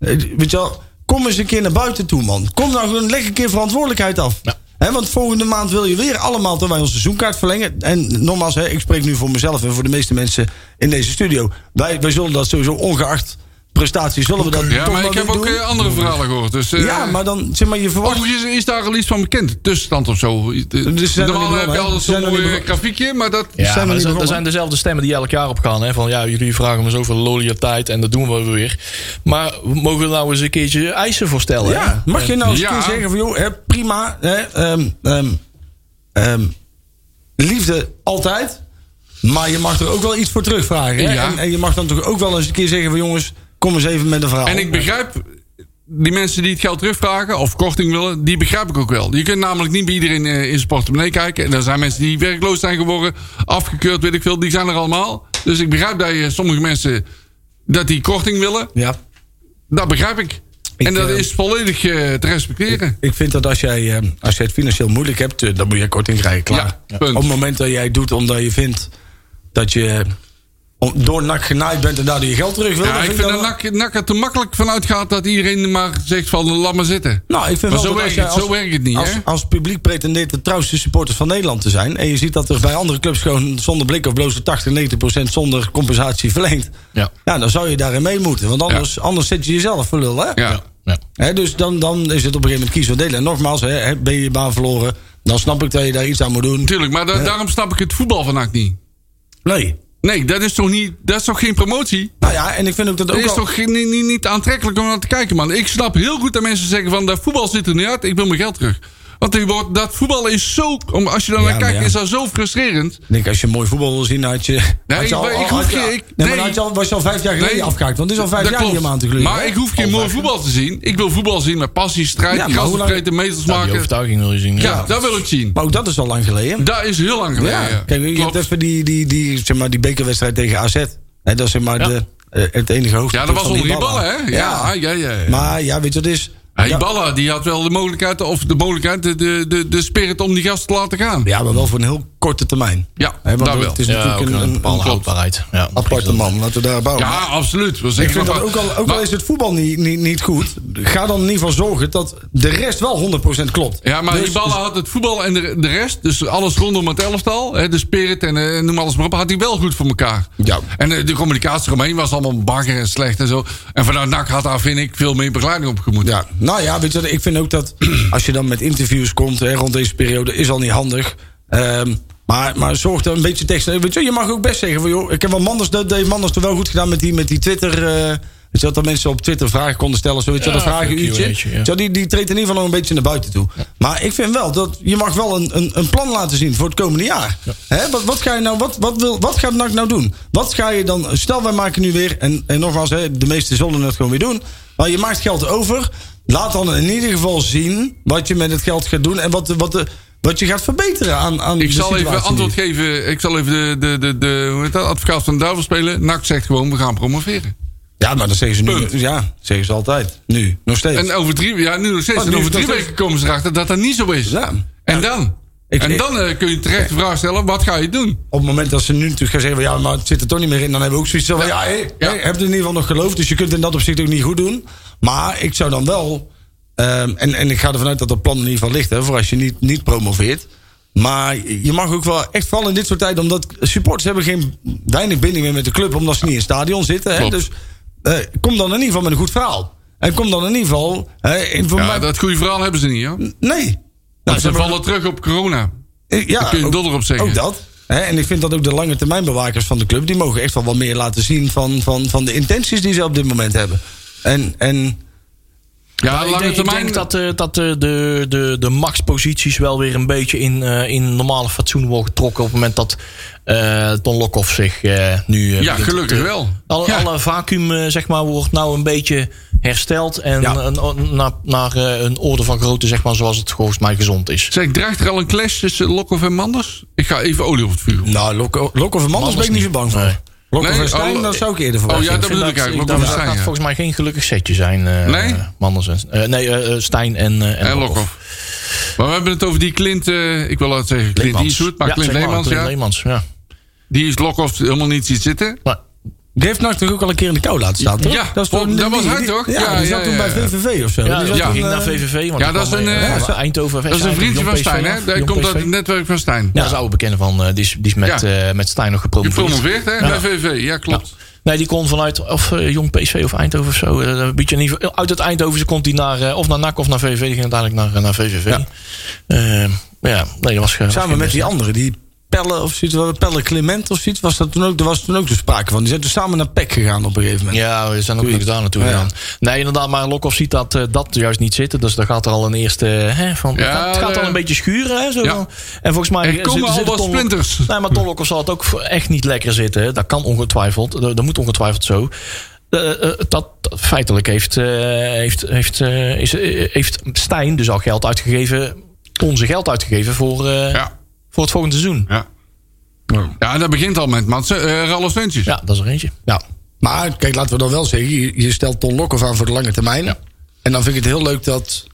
C: eh, Weet je wel, kom eens een keer naar buiten toe, man. Kom nou gewoon lekker een keer verantwoordelijkheid af.
E: Ja.
C: Hè, want volgende maand wil je weer allemaal dat wij onze seizoenkaart verlengen. En nogmaals, hè, ik spreek nu voor mezelf en voor de meeste mensen in deze studio. Wij, wij zullen dat sowieso ongeacht prestaties, zullen we dat
D: Ja,
C: toch
D: maar
C: wel
D: ik heb
C: weer
D: ook
C: doen.
D: eh, andere verhalen gehoord. Dus, eh,
C: Ja, maar dan, zeg maar, je verwacht...
D: Overigens is daar al iets van bekend. De tussenstand of zo.
C: zijn er
D: Normaal
C: niet
D: heb
C: begonnen,
D: je
C: hè?
D: altijd
C: Ze zijn
D: zo'n
C: er niet
D: mooi
C: begonnen.
D: grafiekje, maar dat...
E: Ja,
C: Zijn we
E: maar
C: niet
E: er zijn- er
C: begonnen?
E: zijn dezelfde stemmen die elk jaar opgaan. Hè? Van ja, jullie vragen me zoveel lollige tijd en dat doen we weer. Maar we mogen nou eens een keertje eisen voorstellen?
C: Ja, mag je nou eens een
D: Ja.
C: keer zeggen van joh, hè, prima, hè, ehm, ehm, ehm, liefde altijd, maar je mag er ook wel iets voor terugvragen. Hè?
D: Ja.
C: En, en je mag dan toch ook wel eens een keer zeggen van jongens, kom eens even met een verhaal.
D: En ik begrijp die mensen die het geld terugvragen of korting willen, die begrijp ik ook wel. Je kunt namelijk niet bij iedereen eh, in zijn portemonnee kijken. En er zijn mensen die werkloos zijn geworden, afgekeurd, weet ik veel, die zijn er allemaal. Dus ik begrijp dat je sommige mensen dat die korting willen.
C: ja.
D: Dat begrijp ik.
C: Ik,
D: en dat
C: eh,
D: is volledig eh, te respecteren.
C: Ik vind dat als jij, eh, als jij het financieel moeilijk hebt, eh, dan moet je korting krijgen. Klaar.
D: Ja, punt.
C: Op het moment dat jij het doet omdat je vindt dat je eh, om- door nak genaaid bent en daardoor je geld terug wil.
D: Ja,
C: dan
D: ik vind
C: ik
D: dat
C: wel-
D: NAC, NAC er te makkelijk vanuit gaat dat iedereen maar zegt van laat maar zitten.
C: Nou, ik vind
D: Maar
C: wel
D: zo
C: dat als
D: werkt
C: jij
D: het-
C: als-
D: zo werkt het niet,
C: Als,
D: hè?
C: als publiek pretendeert de trouwste supporters van Nederland te zijn. en je ziet dat er bij andere clubs gewoon zonder blik of blozen 80, 90 procent zonder compensatie verlengt.
E: Ja.
C: ja, dan zou je daarin mee moeten. Want anders, anders zet je jezelf voor lul, hè?
D: Ja.
E: Ja.
C: Hè, dus dan, dan is het op een gegeven moment kiezen wat delen. En nogmaals, hè, hè, ben je je baan verloren, dan snap ik dat je daar iets aan moet doen.
D: Natuurlijk, maar da- daarom snap ik het voetbal van NAC niet.
C: Nee.
D: Nee, dat is toch, niet, dat is toch geen promotie?
C: Nou ja, en ik vind ook dat ook.
D: Het is
C: al-
D: toch geen- niet, niet, niet aantrekkelijk om naar te kijken, man. Ik snap heel goed dat mensen zeggen van... dat voetbal zit er niet uit, ik wil mijn geld terug. Want die wordt- dat voetbal is zo... Om, als je dan
C: Ja,
D: naar
C: maar
D: kijkt,
C: ja.
D: is dat zo frustrerend.
C: Ik denk, als je mooi voetbal wil zien, had je. had je
D: ik- ik hoef
C: had je-
D: geen- ik-
C: nee, maar
D: nee.
C: dan had je al, was je al vijf jaar geleden
D: Nee,
C: afgehaakt. Want het is al vijf
D: dat
C: jaar
D: klopt.
C: hier om aan te gluren.
D: Maar ik hoef geen mooi voetbal te zien. Ik wil voetbal zien met passie, strijd,
C: Ja,
D: ja,
C: maar hoe lang-
D: gastenvreten, meters
E: Ja, die
D: maken.
E: overtuiging wil je zien.
D: Ja, dat wil ik zien.
C: Maar ook dat is al lang geleden.
D: Dat is heel lang geleden.
C: Ja, kijk, je
D: Klopt.
C: hebt even die, die, die, zeg maar, die bekerwedstrijd tegen AZ. Hè, dat is zeg maar de, eh, het enige hoogte.
D: ja dat was onder die ballen, hè? Ja,
C: Ja.
D: ja, ja. ja.
C: Maar ja, weet je wat het is?
D: Hey, Balla, die had wel de mogelijkheid, of de mogelijkheid, de, de, de, de spirit om die gast te laten gaan.
C: Ja, maar wel voor een heel korte termijn.
D: Ja,
C: Hè, want
D: daar wel.
C: Het is natuurlijk
E: ook
C: een, een, een
D: klopt.
E: houdbaarheid. Ja,
C: aparte man. Laten we daar bouwen.
D: Ja, absoluut. We
C: Ik
D: zeggen
C: vind
D: maar
C: dat ook
D: wat.
C: al, ook
D: Maar-
C: al is het voetbal niet, niet, niet goed, ga dan in ieder geval zorgen dat de rest wel 100% klopt.
D: Ja, maar
C: Dus-
D: die ballen had het voetbal en de, de rest, dus alles rondom het elftal, hè, de spirit en eh, noem alles maar op, had hij wel goed voor elkaar.
C: Ja.
D: En eh, de communicatie eromheen was allemaal bagger en slecht en zo. En vanuit NAC had daar, vind ik, veel meer begeleiding op gemoet.
C: Ja, nou ja, weet je, wat, ik vind ook dat als je dan met interviews komt hè, rond deze periode, is al niet handig. Ehm, maar, maar zorg er een beetje tekst. eh, Weet je, je mag ook best zeggen van joh, ik heb wel Manders, dat heeft Manders er wel goed gedaan met die, met die Twitter. eh, weet je wat, dat mensen op Twitter vragen konden stellen. Zo, weet je,
E: Ja,
C: dat vragenuurtje.
E: een Q&A'tje, ja.
C: Weet je wel, die, die treedt in ieder geval nog een beetje naar buiten toe. Maar ik vind wel dat je mag wel een, een, een plan laten zien voor het komende jaar. Hè, wat, wat, ga je nou, wat, wat, wil, wat gaat NAC nou doen? Wat ga je dan. Stel, wij maken nu weer. En, en nogmaals, hè, de meesten zullen het gewoon weer doen. Maar je maakt geld over. Laat dan in ieder geval zien wat je met het geld gaat doen. En wat, de- wat, de, wat je gaat verbeteren aan, aan
D: Ik
C: de
D: zal even
C: situatie
D: antwoord
C: hier.
D: geven. Ik zal even de, de, de, de hoe heet dat, advocaat van de duivel spelen. NAC zegt gewoon, we gaan promoveren.
C: Ja, maar dat zeggen ze nu.
D: Punt.
C: Ja, dat zeggen ze altijd. Nu, nog steeds.
D: En over drie, ja, nu nog steeds,
C: Oh,
D: en
C: nu
D: over
C: nog
D: drie
C: steeds.
D: weken komen ze erachter dat dat niet zo is.
C: Ja.
D: En dan?
C: Ik-
D: en dan eh, kun je terecht de vraag stellen, wat ga je doen?
C: op het moment dat ze nu natuurlijk gaan zeggen... van, ja, maar het zit er toch niet meer in... dan hebben we ook zoiets van... ja, hé,
D: Ja.
C: hé, heb je in ieder geval nog geloof... dus je kunt in dat opzicht ook niet goed doen. Maar ik zou dan wel... ehm, en, en ik ga ervan uit dat dat plan in ieder geval ligt... Hè, voor als je niet, niet promoveert. Maar je mag ook wel echt vallen in dit soort tijden... omdat supporters hebben geen weinig binding meer met de club... omdat ze niet in het stadion zitten. Hè,
D: Klopt.
C: dus eh, kom dan in ieder geval met een goed verhaal. En kom dan in ieder geval... Hè, in, voor
D: Ja,
C: mij-
D: dat goede verhaal hebben ze niet, hoor.
E: Nou,
C: Nee. Nou,
D: Want ze
C: hebben-
D: vallen terug op corona.
C: eh, Ja,
D: Daar kun je een
C: ook-
D: dollar op zeggen.
C: Ook dat. Hè, en ik vind dat ook de lange termijn bewakers van de club... die mogen echt wel wat meer laten zien van, van, van de intenties die ze op dit moment hebben. En, en
D: Ja,
E: Nou, Ik
D: lange
E: denk, ik
D: termijn.
E: denk dat, eh, dat eh, de, de, de machtsposities wel weer een beetje in, eh, in normale fatsoen worden getrokken. op het moment dat eh Don Lokhoff zich eh, nu. eh,
D: ja,
E: begint
D: gelukkig
E: te-
D: wel.
E: Alle,
D: ja.
E: alle vacuüm eh, zeg maar, wordt nou een beetje hersteld. En
C: Ja.
E: een- een- naar, naar eh, een orde van grootte, zeg maar, zoals het volgens mij gezond is.
D: Zeg, dreigt er al een clash tussen Lokhoff en Manders? Ik ga even olie op het vuur. Oh, gooien.
C: nou, Lokko Lokko van Manders ben ik niet zo bang voor.
E: Nee.
C: Lokko
D: Nee,
C: van Stijn,
D: oh,
C: dat zou ik eerder verwachten.
D: oh ja, dat-
E: Ik vind
D: bedoel ik eigenlijk,
E: dat,
D: Lokhoff en
E: dat
D: Stijn,
E: gaat
D: ja.
E: volgens mij geen gelukkig setje zijn. eh,
D: Nee?
E: eh, Manders en, eh, nee, eh, eh, Stijn en, eh, en,
D: En Lokhoff. Maar we hebben het over die Clint, eh, ik wil het zeggen, Clint
E: Leemans.
D: Eastwood, maar
E: Ja,
D: Clint
E: zeg maar,
D: Leemans,
E: Clint
D: ja.
E: Leemans, ja.
D: Die is Lokhoff helemaal niet zien zitten.
E: Maar-
C: Die heeft NAC toch ook al een keer in de kou laten staan, toch?
D: Ja, oh,
C: toch-
D: dat
C: die-
D: was hij, toch?
C: Ja,
D: Ja,
C: die
D: ja,
C: zat toen
D: ja,
C: bij
D: ja.
C: VVV of zo.
E: Ja,
C: Die
E: die
C: zat toen,
E: ging
C: eh,
E: naar VVV. Want
D: ja,
E: die
D: dat is
E: kwam,
D: een,
E: eh,
D: eh,
E: van Eindhoven.
D: Dat is een vriendje van Stijn, hè?
E: Hij
D: Hij komt uit het netwerk van Stijn.
E: Ja, dat is een oude bekende van. eh, die, is, die is met,
D: Ja.
E: eh, met Stijn nog gepromoveerd.
D: Gepromoveerd, hè, bij VV. Ja, klopt.
E: Nee, die kon vanuit of eh, jong PSV of Eindhoven of zo. eh, een beetje in ieder geval- uit het Eindhoven komt hij naar, eh, of naar NAC of naar VVV. Die ging uiteindelijk naar, eh, naar VVV. Ja, Ehm, ja nee, dat was ge- was
C: Samen
E: geen
C: met die
E: beste.
C: andere, die Pelle of zoiets, wel, Pelle Clement of zoiets, was dat toen ook, daar was toen ook de sprake van. Die zijn toen samen naar PEC gegaan op een gegeven moment.
E: Ja, we zijn ook nog daar naartoe
C: Ja.
E: gegaan. Nee, inderdaad, maar Lokhoff ziet dat, eh, dat juist niet zitten. Dus daar gaat er al een eerste... eh, Hè, van,
D: Ja,
E: het gaat- het gaat
D: de-
E: al een beetje schuren. Hè, zo.
D: Ja.
E: van- En volgens mij...
D: Er komen
E: zit-
D: al
E: zit
D: wat
E: Ton-
D: splinters.
E: Nee, maar Don Lokhoff zal het ook voor- echt niet lekker zitten. hè. Dat kan ongetwijfeld. Dat, dat moet ongetwijfeld zo. Eh, eh, dat, dat- feitelijk heeft, eh, heeft, heeft, eh, is, eh, heeft Stijn dus al geld uitgegeven... onze geld uitgegeven voor, eh,
D: Ja.
E: voor het volgende seizoen.
D: Ja. Ja, dat begint al met Mats, eh Ralf Seuntjes.
E: Ja, dat is er eentje.
C: Ja. Maar kijk, laten we dan wel zeggen, je, je stelt Ton Lokhoff aan voor de lange termijn. En dan vind ik het heel leuk dat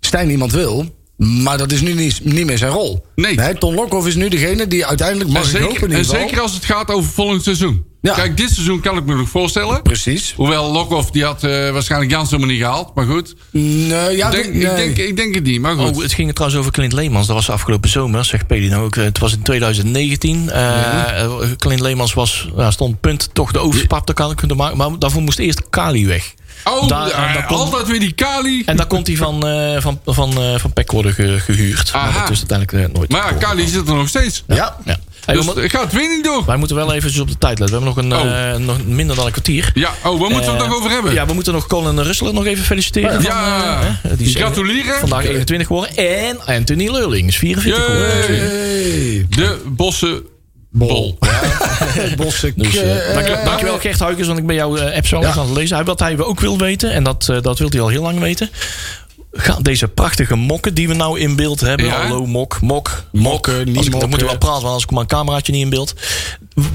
C: Stijn iemand wil. Maar dat is nu niet, niet meer zijn rol.
D: Nee.
C: Ton Lokhoff is nu degene die uiteindelijk
E: Oh,
C: mag
D: En
C: ik hopen in
D: zeker,
C: ieder
D: en
C: geval.
D: zeker als het gaat over volgend seizoen.
C: Ja.
D: Kijk, dit seizoen kan ik me nog voorstellen.
C: Precies.
D: Hoewel Lokhoff, die had eh, waarschijnlijk Jans helemaal niet gehaald. Maar goed,
C: Nee, ja,
D: ik, denk,
C: nee.
D: ik, denk, ik denk het niet. Maar goed.
E: Oh, het ging er trouwens over Clint Leemans. Dat was afgelopen zomer, zegt Pedino ook. Eh, Het was in 2019. Eh, eh, Clint Leemans was, nou, stond punt toch de overstap te kan- kunnen maken. Maar daarvoor moest eerst Kali weg.
D: Oh,
E: Daar- en
D: eh,
E: daar komt-
D: altijd weer die Kali.
E: En dan komt hij van, eh, van, van, eh, van Peck worden ge- gehuurd.
D: Aha.
E: Maar dat is uiteindelijk eh, nooit.
D: Maar ja, Kali zit er nog steeds.
C: Ja.
E: Ja. Hey,
D: Dus
E: we mo-
D: het gaat weer niet door.
E: wij moeten wel even op de tijd letten. We hebben nog, een,
D: Oh.
E: eh, nog minder dan een kwartier.
D: Ja, oh, waar moeten we het
E: Eh,
D: nog over hebben?
E: Ja, we moeten nog Colin Russelen nog even feliciteren.
D: Ja.
E: Van, eh, hè, die is
D: Gratuleren.
E: Vandaag 21 geworden. En Anthony Leurling is 44 geworden.
D: Yay.
E: natuurlijk.
C: Hey,
D: De bossen bol.
C: Bosse
E: Dus, eh,
C: Ke-
E: dank- dankjewel Gert Huikens, want ik ben jouw eh, app zo
C: Ja.
E: aan het lezen. Hij- Wat hij ook wil weten, en dat, eh, dat wil hij al heel lang weten. Ga- Deze prachtige mokken die we nou in beeld hebben.
D: Ja.
E: Hallo mok, eh, mok, mok.
C: Mokken, niet
E: Als ik- Dan
C: mokken.
E: moeten we wel praten, want anders komt mijn cameraatje niet in beeld.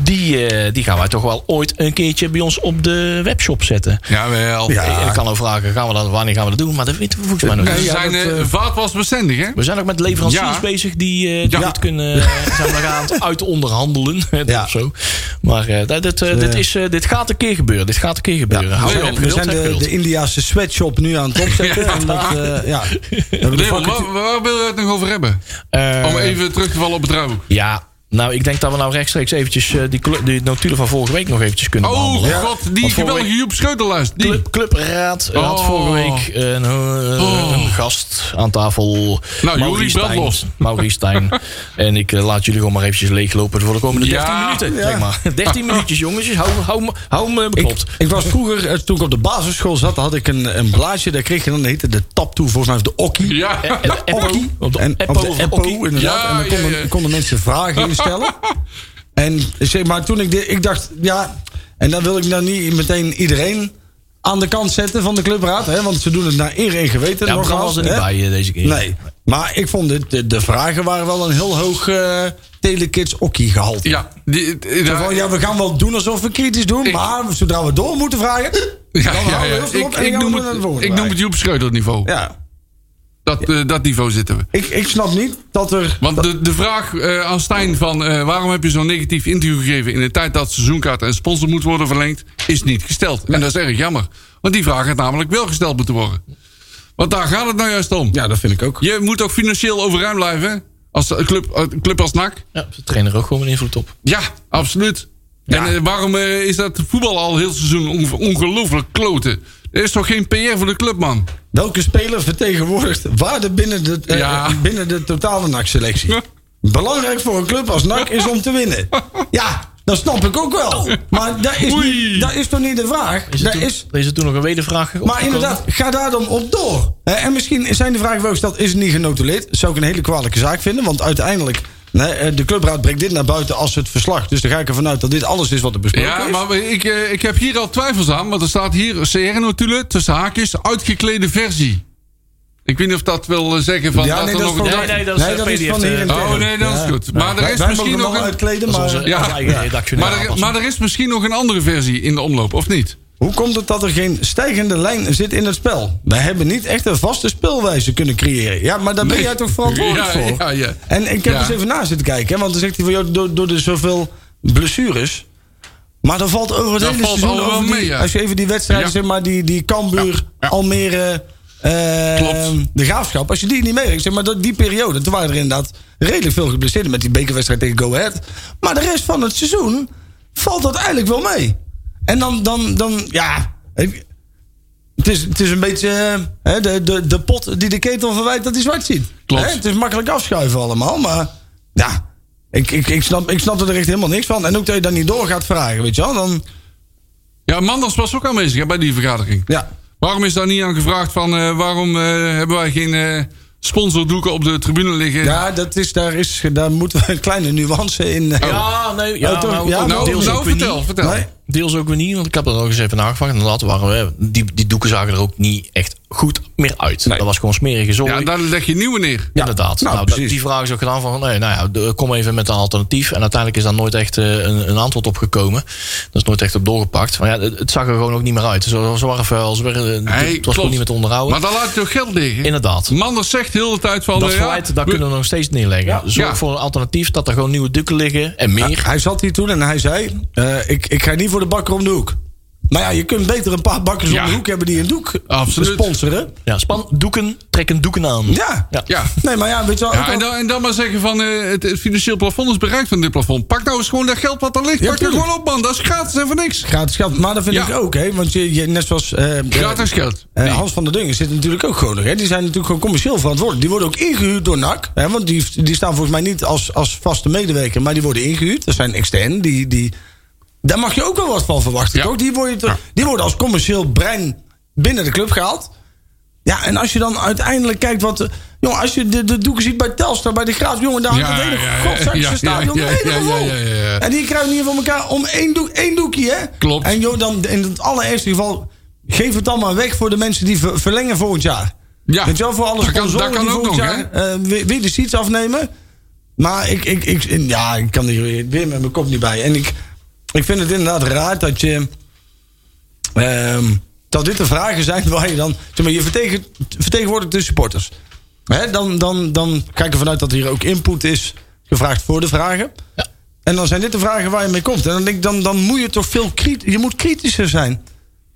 E: Die, eh, die gaan wij toch wel ooit een keertje bij ons op de webshop zetten.
D: Jawel.
E: Ik kan ook vragen, gaan we dat, wanneer gaan we dat doen? Maar dat weten we volgens mij nog
D: Ze
E: niet.
D: zijn
C: dat,
D: eh,
C: eh,
D: vaatwasbestendig, hè?
E: We zijn ook met leveranciers
D: Ja.
E: bezig die, eh, die
D: Ja.
E: goed kunnen eh, zijn we daar aan het uit onderhandelen.
C: Ja.
E: of zo. Maar eh, dat- dat, eh, dit, is, eh, dit gaat een keer gebeuren. Dit gaat een keer gebeuren. Hou
D: Leon,
E: op,
D: we
E: geduld,
C: We zijn
E: hè,
C: de,
E: geduld.
C: de Indiaanse sweatshop nu aan het opzetten. Ja. En dat, eh, ja. We hebben de
D: Leon,
C: vacature-
D: waar, waar wil je het nog over hebben?
E: Eh,
D: Om even terug te vallen op het rouwen.
E: Ja, nou, ik denk dat we nou rechtstreeks eventjes eh, die, clu- die notulen van vorige week nog eventjes kunnen
D: Oh
E: behandelen.
D: god, die
E: Want vorige
D: geweldige Joep Scheuterlijst. Die.
E: Club, clubraad eh, had
D: Oh.
E: vorige week een, eh, een gast aan tafel.
D: Nou,
E: Maurice
D: Joeri, brand
E: Stijn.
D: los.
E: Maurice Stijn. en ik eh, laat jullie gewoon maar eventjes leeglopen voor de komende 13
D: Ja.
E: minuten. Zeg maar. 13 minuutjes, jongens. Hou, hou, me- hou me
C: Ik,
E: beklopt.
C: ik was vroeger, eh, toen ik op de basisschool zat, had ik een, een blaadje. Daar kreeg je dan, dat heette de tap toe, volgens mij, of de okkie.
D: Ja.
E: Eh, eh, Eppo.
C: Okkie.
E: Op de
C: en,
E: Eppo
C: op de
E: of de
C: Eppo,
E: Okkie.
C: inderdaad.
D: Ja,
C: en dan konden,
D: ja, ja.
C: konden mensen vragen instellen. en zeg maar, toen ik dit, ik dacht, ja, en dan wil ik nou niet meteen iedereen aan de kant zetten van de clubraad. Hè, want ze doen het naar eer en geweten.
E: Ja, Bram
C: nogmaals,
E: was er niet
C: hè.
E: bij eh, deze keer.
C: Nee, maar ik vond dit, de, de vragen waren wel een heel hoog eh, telekids okkie gehalte.
D: Ja, die, eh, die-
C: Zo van, ja, we gaan wel doen alsof we kritisch doen,
D: Ik-
C: maar zodra we door moeten vragen, dan
D: Ja, ja,
C: houden
D: ja.
C: we heel snel op
D: Ik, ik,
C: en dan gaan we
D: noem
C: door naar de
D: het,
C: volgende
D: ik noem het
C: vraag.
D: Joep Schreuder niveau.
C: Ja,
D: Dat, eh, dat niveau zitten we.
C: ik, ik snap niet dat er...
D: Want de, de vraag eh, aan Stijn van eh, waarom heb je zo'n negatief interview gegeven in de tijd dat seizoenkaart en sponsor moet worden verlengd, is niet gesteld. En dat is erg jammer. Want die vraag had namelijk wel gesteld moeten worden. Want daar gaat het nou juist om.
C: Ja, dat vind ik ook.
D: Je moet ook financieel overeind blijven. hè? Als een club, een club als NAC.
E: Ja, de trainer ook gewoon een invloed op.
D: Ja, absoluut. En eh, waarom eh, is dat voetbal al heel seizoen onge- ongelooflijk kloten? Er is toch geen PR voor de club, man?
C: Welke speler vertegenwoordigt waarde binnen de, eh,
D: Ja.
C: binnen de totale NAC-selectie? Belangrijk voor een club als NAC is om te winnen. Ja, dat snap ik ook wel. Maar dat is,
D: Oei.
C: niet, dat is toch niet de vraag?
E: Is het,
C: dat
E: toen,
C: is,
E: is, het toen nog een wedervraag
C: Maar inderdaad, ga daar dan op door. Hè, En misschien zijn de vragen wel gesteld, is het niet genotuleerd? Zou ik een hele kwalijke zaak vinden, want uiteindelijk... nee, eh, de clubraad brengt dit naar buiten als het verslag. Dus dan ga ik ervan uit dat dit alles is wat er besproken
D: Ja,
C: is.
D: maar ik, eh, ik heb hier al twijfels aan, want er staat hier CR-notulen tussen haakjes, uitgeklede versie. Ik weet niet of dat wil eh, zeggen van
C: Ja,
D: dat
C: nee,
D: er
C: dat is
D: nog
C: van,
E: Nee, nee, dat is, eh, PDF,
C: van hier en
D: Oh,
C: tegen.
D: nee, dat is goed. Maar er
C: Wij-
D: is
C: wij
D: misschien
C: mogen
D: nog
C: hem
D: een-
C: uitkleden,
E: Dat is
C: maar
E: onze,
D: Ja.
E: onze eigen redactionele
D: maar, er,
E: aanpassing.
D: maar er is misschien nog een andere versie in de omloop, of niet?
C: hoe komt het dat er geen stijgende lijn zit in het spel? Wij hebben niet echt een vaste speelwijze kunnen creëren. Ja, maar daar ben
D: Nee.
C: jij toch verantwoordelijk
D: Ja,
C: voor?
D: ja, ja.
C: En ik heb
D: Ja.
C: eens even na zitten kijken, hè, want dan zegt hij van... Joh, door, door de zoveel blessures... Maar dan valt over het
D: Dat
C: hele
D: valt
C: seizoen
D: allemaal
C: over die-
D: mee, ja.
C: Als je even die wedstrijden,
D: Ja.
C: zeg maar, die, die Cambuur, Almere, eh,
D: Klopt.
C: de Graafschap. Als je die niet meerekent, zeg maar, dat, die periode, toen waren er inderdaad redelijk veel geblesseerden met die bekerwedstrijd tegen Go Ahead. Maar de rest van het seizoen valt dat eigenlijk wel mee. En dan, dan, dan ja... ik- Het is, het is een beetje eh, hè, de, de, de pot die de ketel verwijt dat hij zwart ziet.
D: Klopt.
C: Hè, Het is makkelijk afschuiven allemaal, maar ja, ik, ik, ik, snap, ik snap er echt helemaal niks van. En ook dat je dan niet door gaat vragen, weet je wel. Dan,
D: Ja, Manders was ook aanwezig hè, bij die vergadering.
C: ja,
D: Waarom is daar niet aan gevraagd van eh, waarom eh, hebben wij geen eh, sponsordoeken op de tribune liggen?
C: ja dat is, daar, is, daar moeten we een kleine nuance in. eh,
E: Ja, nee, ja,
C: Oh, toch?
E: nou,
C: Ja,
E: nou,
D: nou,
E: deels
D: nou,
E: ook weer
D: vertel,
E: niet.
D: vertel.
C: Nee.
E: Deels ook weer niet, want ik heb dat nog eens even nagevraagd. Inderdaad, waren we, die, die doeken zagen er ook niet echt goed meer uit. Dat was gewoon smerige zooi.
D: Ja, daar leg je nieuwe neer.
E: Inderdaad.
C: nou,
E: Nou,
C: precies.
E: die vraag is ook gedaan van, nee, nou ja, de- kom even met een alternatief. En uiteindelijk is daar nooit echt eh, een, een antwoord op gekomen. Dat is nooit echt op doorgepakt. Maar ja, het, het zag er gewoon ook niet meer uit. Zo, zo waren vuil, ze waren, eh,
D: Nee,
E: het was
D: klopt.
E: gewoon niet meer te onderhouden.
D: Maar dan laat je toch geld liggen?
E: Inderdaad.
D: Manders zegt heel de tijd van...
E: Nou, Dat
D: eh,
E: verwijt, daar
D: we-
E: kunnen we nog steeds neerleggen. Zorg
D: Ja.
E: voor een alternatief dat er gewoon nieuwe doeken liggen en meer.
C: Hij zat hier toen en hij zei: eh, ik, ik ga niet voor de bakker om de hoek. Nou ja, je kunt beter een paar bakkers
D: Ja.
C: om de hoek hebben die een doek
D: Absoluut.
C: sponsoren.
E: Ja, span doeken, trekken doeken aan.
C: Ja.
E: Ja.
D: Ja.
C: Nee, maar ja, weet je wel. ook
D: Ja,
C: al-
D: en, dan, en dan maar zeggen van eh, het, het financieel plafond is bereikt van dit plafond. Pak nou eens gewoon dat geld wat er ligt.
C: Ja,
D: Pak het
C: tuurlijk.
D: gewoon op man, dat is gratis en voor niks.
C: Gratis geld. Maar dat vind
D: Ja.
C: ik ook, hè? Want je, je, net zoals. eh,
D: Gratis geld.
C: eh, Hans van der Dungen zit natuurlijk ook gewoon nog. Hè? Die zijn natuurlijk gewoon commercieel verantwoordelijk. Die worden ook ingehuurd door NAC. Hè? Want die, die staan volgens mij niet als, als vaste medewerker, maar die worden ingehuurd. Dat zijn extern. Die, die, daar mag je ook wel wat van verwachten.
D: Ja.
C: Toch? Die, worden, toch- die worden als commercieel brein binnen de club gehaald. Ja, en als je dan uiteindelijk kijkt wat. eh, Jongen, als je de, de doeken ziet bij Telstar, bij de Graaf, jongen, daar hangt
D: Ja,
C: het hele
D: ja, ja,
C: godzakse
D: ja, ja,
C: stadion
D: ja, ja,
C: helemaal vol.
D: ja, ja, ja, ja.
C: En die krijgen niet voor elkaar om één, doek, één doekje, hè?
D: Klopt.
C: En joh, dan in het allereerste geval, geef het dan maar weg voor de mensen die ver- verlengen volgend jaar.
D: Ja.
C: Weet je wel, voor alle
D: Dat kan-
C: sponsoren
D: dat kan
C: die
D: ook
C: volgend
D: nog,
C: jaar eh, weer, weer de seats afnemen. Maar ik, ik, ik, ja, ik kan hier weer met mijn kop niet bij. En ik, ik vind het inderdaad raar dat je. ehm, dat dit de vragen zijn waar je dan. Zeg maar, je vertegen, vertegenwoordigt de supporters. Hè, dan, dan, dan ga ik ervan uit dat hier ook input is gevraagd voor de vragen.
E: Ja.
C: En dan zijn dit de vragen waar je mee komt. En dan denk ik, dan, dan moet je toch veel kritisch. Je moet kritischer zijn.